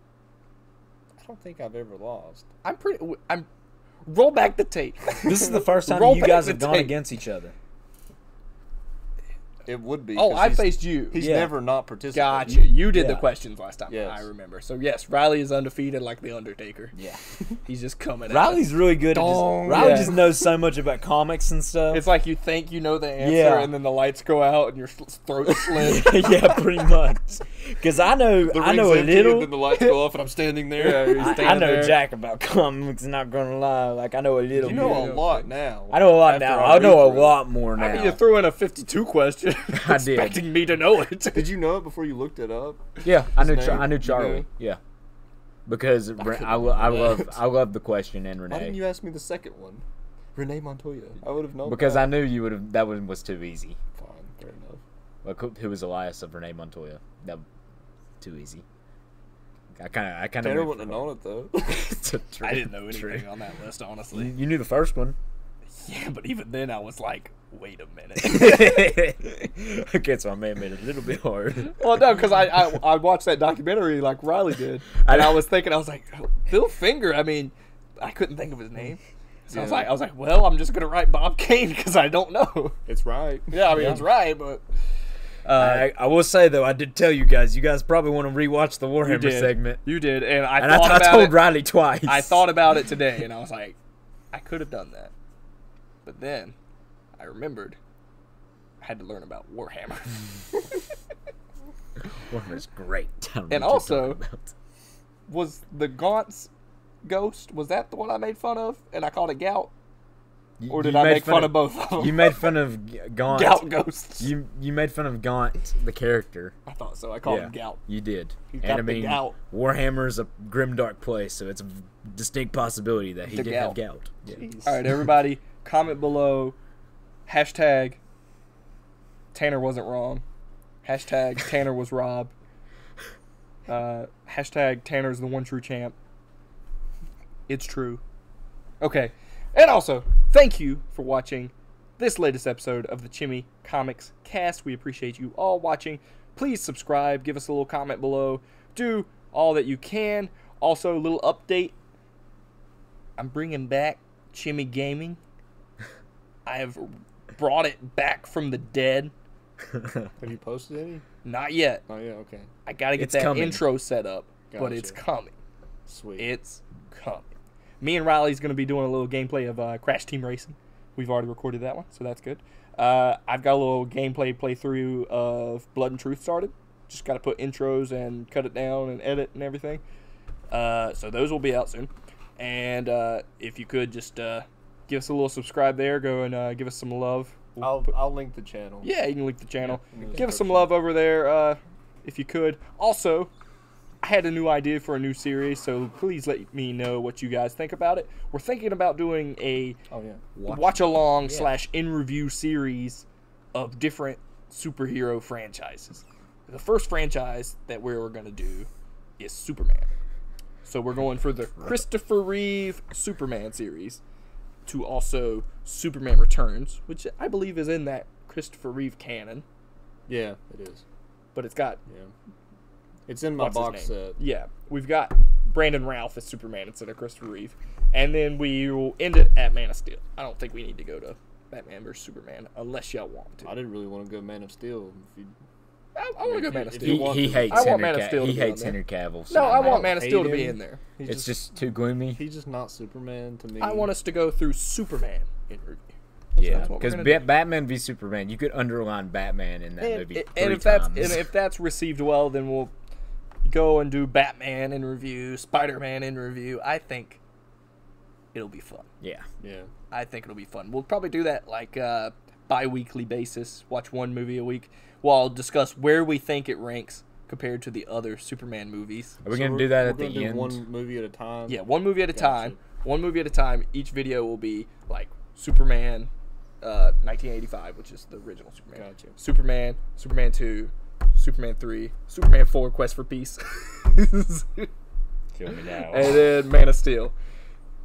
B: I don't think I've ever lost.
A: I'm pretty. w- I'm. Roll back the tape.
C: This is the first time
A: Roll
C: you
A: back
C: guys
A: the
C: have gone
A: tape.
C: against each other.
B: It would be.
A: oh,
B: 'cause
A: I
B: he's-
A: faced you.
B: He's
C: Yeah.
B: never not participated.
A: Gotcha. You did the
C: Yeah.
A: questions last time.
B: Yes.
A: I remember. So yes, Riley is undefeated like the Undertaker.
C: Yeah.
A: He's just coming. at us.
C: Riley's really good. At just,
A: Dong.
C: Riley
A: Yeah.
C: just knows so much about comics and stuff.
A: It's like you think you know the answer,
C: Yeah.
A: and then the lights go out, and your sl- throat slits.
C: yeah, pretty much. Because I know
B: The
C: I
B: ring's
C: know a
B: empty,
C: little.
B: And then the lights go off, and I'm standing there.
A: you're
C: I, I
A: standing
C: know
A: there.
C: Jack about comics. Not gonna lie, like I know a little.
B: you know
C: bit.
B: a lot now.
C: I know a lot
B: After E
C: now.
B: I
C: I know a
B: read through it.
C: lot more now.
A: you threw in a fifty-two question. it.
C: I did.
A: expecting me to know it.
B: Did you know it before you looked it up?
C: Yeah, I knew.
B: His
C: Char-
B: name?
C: I knew
B: You
C: Charlie.
B: know?
C: Yeah, because Re- I, lo- I love I love the question and
B: Why didn't
C: Renee
B: you ask me the second one? Renee Montoya. I would have known.
C: because
B: that.
C: I knew you would have. That one was too easy.
B: Fine, fair enough.
C: Like who who was Elias of Renee Montoya? That too easy. I kind of I kind
B: Tanner
C: of
B: wouldn't have known it though.
A: I didn't know anything on that list, honestly.
C: You knew the first one. Mm-hmm.
A: Yeah, but even then, I was like, wait a minute.
C: okay, so I may have made it a little bit hard.
A: well, no, because I, I I watched that documentary like Riley did, and I was thinking, I was like, "Oh, Bill Finger. I mean, I couldn't think of his name. So I was
B: Yeah.
A: like, I was like, well, I'm just gonna write Bob Kane because I don't know.
B: it's right.
A: Yeah, I mean, it's right, but
C: I, I will say though, I did tell you guys. You guys probably want to rewatch the Warhammer
A: did.
C: segment,
A: you did, and I
C: and I,
A: thought
C: I
A: about
C: told
A: it.
C: Riley twice.
A: I thought about it today, and I was like, I could have done that, but then I remembered I had to learn about Warhammer.
C: Warhammer's great. I don't know
A: And
C: what you're
A: also-
C: talking about.
A: was the Gaunt's ghost? Was that the one I made fun of, and I called it Gout,
C: You-
A: or
C: you
A: did I
C: made
A: make fun, of, both of them?
C: You made fun of G- Gaunt.
A: Gout ghosts.
C: You you made fun of Gaunt, the character.
A: I thought so. I called him Gout.
C: You did.
A: He
C: And
A: got
C: I
A: the
C: mean,
A: gout.
C: Warhammer's a grim dark place, so it's a v- distinct possibility that he
A: The
C: did have
A: gout.
C: gout. Yeah.
A: All right, everybody, comment below. Hashtag Tanner wasn't wrong. Hashtag Tanner was Rob. Uh, hashtag Tanner's the one true champ. It's true. Okay. And also, thank you for watching this latest episode of the Chimmy Comics Cast. We appreciate you all watching. Please subscribe, give us a little comment below, do all that you can. Also, a little update I'm bringing back Chimmy Gaming. I have brought it back from the dead.
B: Have you posted any?
A: Not yet.
B: Oh yeah, okay,
A: I gotta get
C: It's
A: that
C: coming.
A: intro set up, but
B: Gotcha.
A: it's coming.
B: sweet.
A: It's coming. Me and Riley's gonna be doing a little gameplay of uh, Crash Team Racing. We've already recorded that one, so that's good. Uh, I've got a little gameplay playthrough of Blood and Truth started. Just gotta put intros and cut it down and edit and everything. Uh, so those will be out soon. And uh, if you could just uh, give us a little subscribe there, go and uh, give us some love. We'll
B: I'll
A: put-
B: I'll link the channel.
A: yeah, you can link the channel.
B: in the
A: Give us some
B: description.
A: love over there uh, if you could. Also, I had a new idea for a new series, so please let me know what you guys think about it. We're thinking about doing a
B: Oh yeah.
C: Watch-
A: watch, along slash in review series of different superhero franchises. The first franchise that we we're going to do is Superman. So we're going for the Christopher Reeve Superman series to also Superman Returns, which I believe is in that Christopher Reeve canon,
B: Yeah, it is.
A: but it's got
B: Yeah. It's in my
A: what's his
B: box
A: name?
B: set.
A: Yeah, we've got Brandon Ralph as Superman instead of Christopher Reeve, and then we will end it at Man of Steel. I don't think we need to go to Batman versus Superman unless y'all want to.
B: I
A: I,
B: didn't really want to go Man of Steel. If you,
A: I want to go Man of
B: If
A: Steel.
C: He,
B: you want
C: he
B: to-
C: hates
A: I want Man
C: Henry
A: of
C: Ca-
A: Steel to
C: He
A: be on
C: hates
A: there.
C: Henry Cavill. so
A: no, I
C: much.
A: want Man of
B: hate
A: Steel to be
B: him.
A: in there.
B: he's
C: It's
B: just,
C: just too gloomy.
B: he's just not Superman to me.
A: I want us to go through Superman in review.
C: yeah,
A: that's what we're
C: because
A: gonna do.
C: Batman v Superman, you could underline Batman in that
A: And,
C: movie
A: and
C: three
A: if that's
C: times.
A: and if that's received well, then we'll go and do Batman in review, Spider Man in review. I think it'll be fun.
C: yeah,
B: Yeah.
A: I think it'll be fun. We'll probably do that like uh, bi-weekly basis. Watch one movie a week. While I'll discuss where we think it ranks compared to the other Superman movies.
C: are we
B: So
C: gonna
B: we're-
C: do that
B: we're
C: at
B: gonna do
C: the end?
B: One movie at a time.
A: Yeah, one movie at a
B: Gotcha.
A: time. One movie at a time. Each video will be like Superman, uh, 1985, which is the original Superman.
B: Gotcha.
A: Superman, Superman 2, Superman 3, Superman 4, Quest for Peace.
C: Kill me now.
A: and then Man of Steel,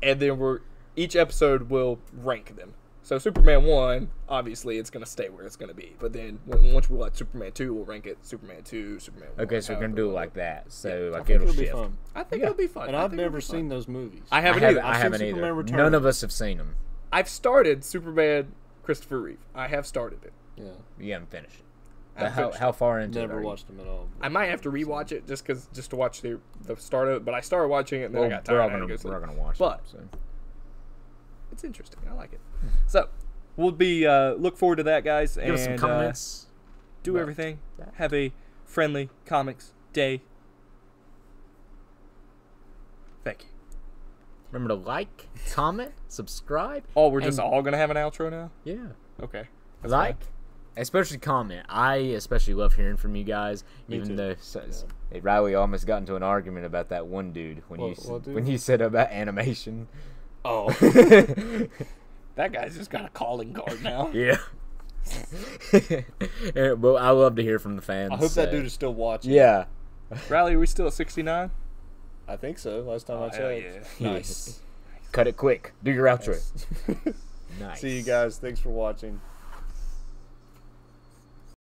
A: and then we're each episode will rank them. So Superman one, obviously, it's gonna stay where it's gonna be. But then when, once we watch Superman two, we'll rank it Superman two, Superman. one,
C: Okay, so we're gonna
A: however
C: do it
A: we
C: like
A: want
C: that. So
B: I
C: like
B: think
C: it'll
B: it'll be
C: shift.
B: fun.
A: it. I think it'll be fun.
B: And
A: I
B: I've
A: think it'll
B: never
A: be fun.
B: seen those movies.
A: I
C: I
A: haven't.
C: haven't,
A: either.
C: I
B: I've seen
C: haven't either.
B: Superman
C: None
B: Returns.
C: of us have seen them.
A: I've started Superman, Christopher Reeve. I have started it.
B: yeah.
C: You haven't finished. it.
A: I
C: But how,
A: finished
C: how far into it
B: Never
C: are you?
B: watched them at all.
A: I might have to rewatch it just cause just to watch the the start of it. But I started watching it and then
C: Well,
A: I got
C: we're
A: tired.
C: all
A: I had to
C: gonna,
A: go
C: we're
A: sleep.
C: all gonna watch
A: But-
C: them.
A: It's interesting. I like it. So we'll be uh, look forward to that, guys.
C: So. Hmm. Give us some
A: and, uh,
C: comments.
A: do
C: Right.
A: everything.
C: That.
A: Have a friendly comics day. Thank you.
C: Remember to like, comment, subscribe.
A: Oh, we're just
C: And-
A: all gonna have an outro now.
C: Yeah.
A: Okay.
C: Like, especially comment. I especially love hearing from you guys,
B: Me
C: even
B: too.
C: though so, hey, Riley almost got into an argument about that one dude when you
B: What-
C: s-
B: what dude?
C: when he said about animation.
A: Oh,
C: yeah,
A: that guy's just got a calling card now.
C: Yeah, Eh, well, I love to hear from the fans.
B: I hope that
C: so-
B: dude is still watching.
C: Yeah,
A: Riley, are we still at 69?
B: I think so. Last time I
A: hell
B: checked. Nice.
C: cut it quick. Do your outro. Nice.
B: See you guys. Thanks for watching.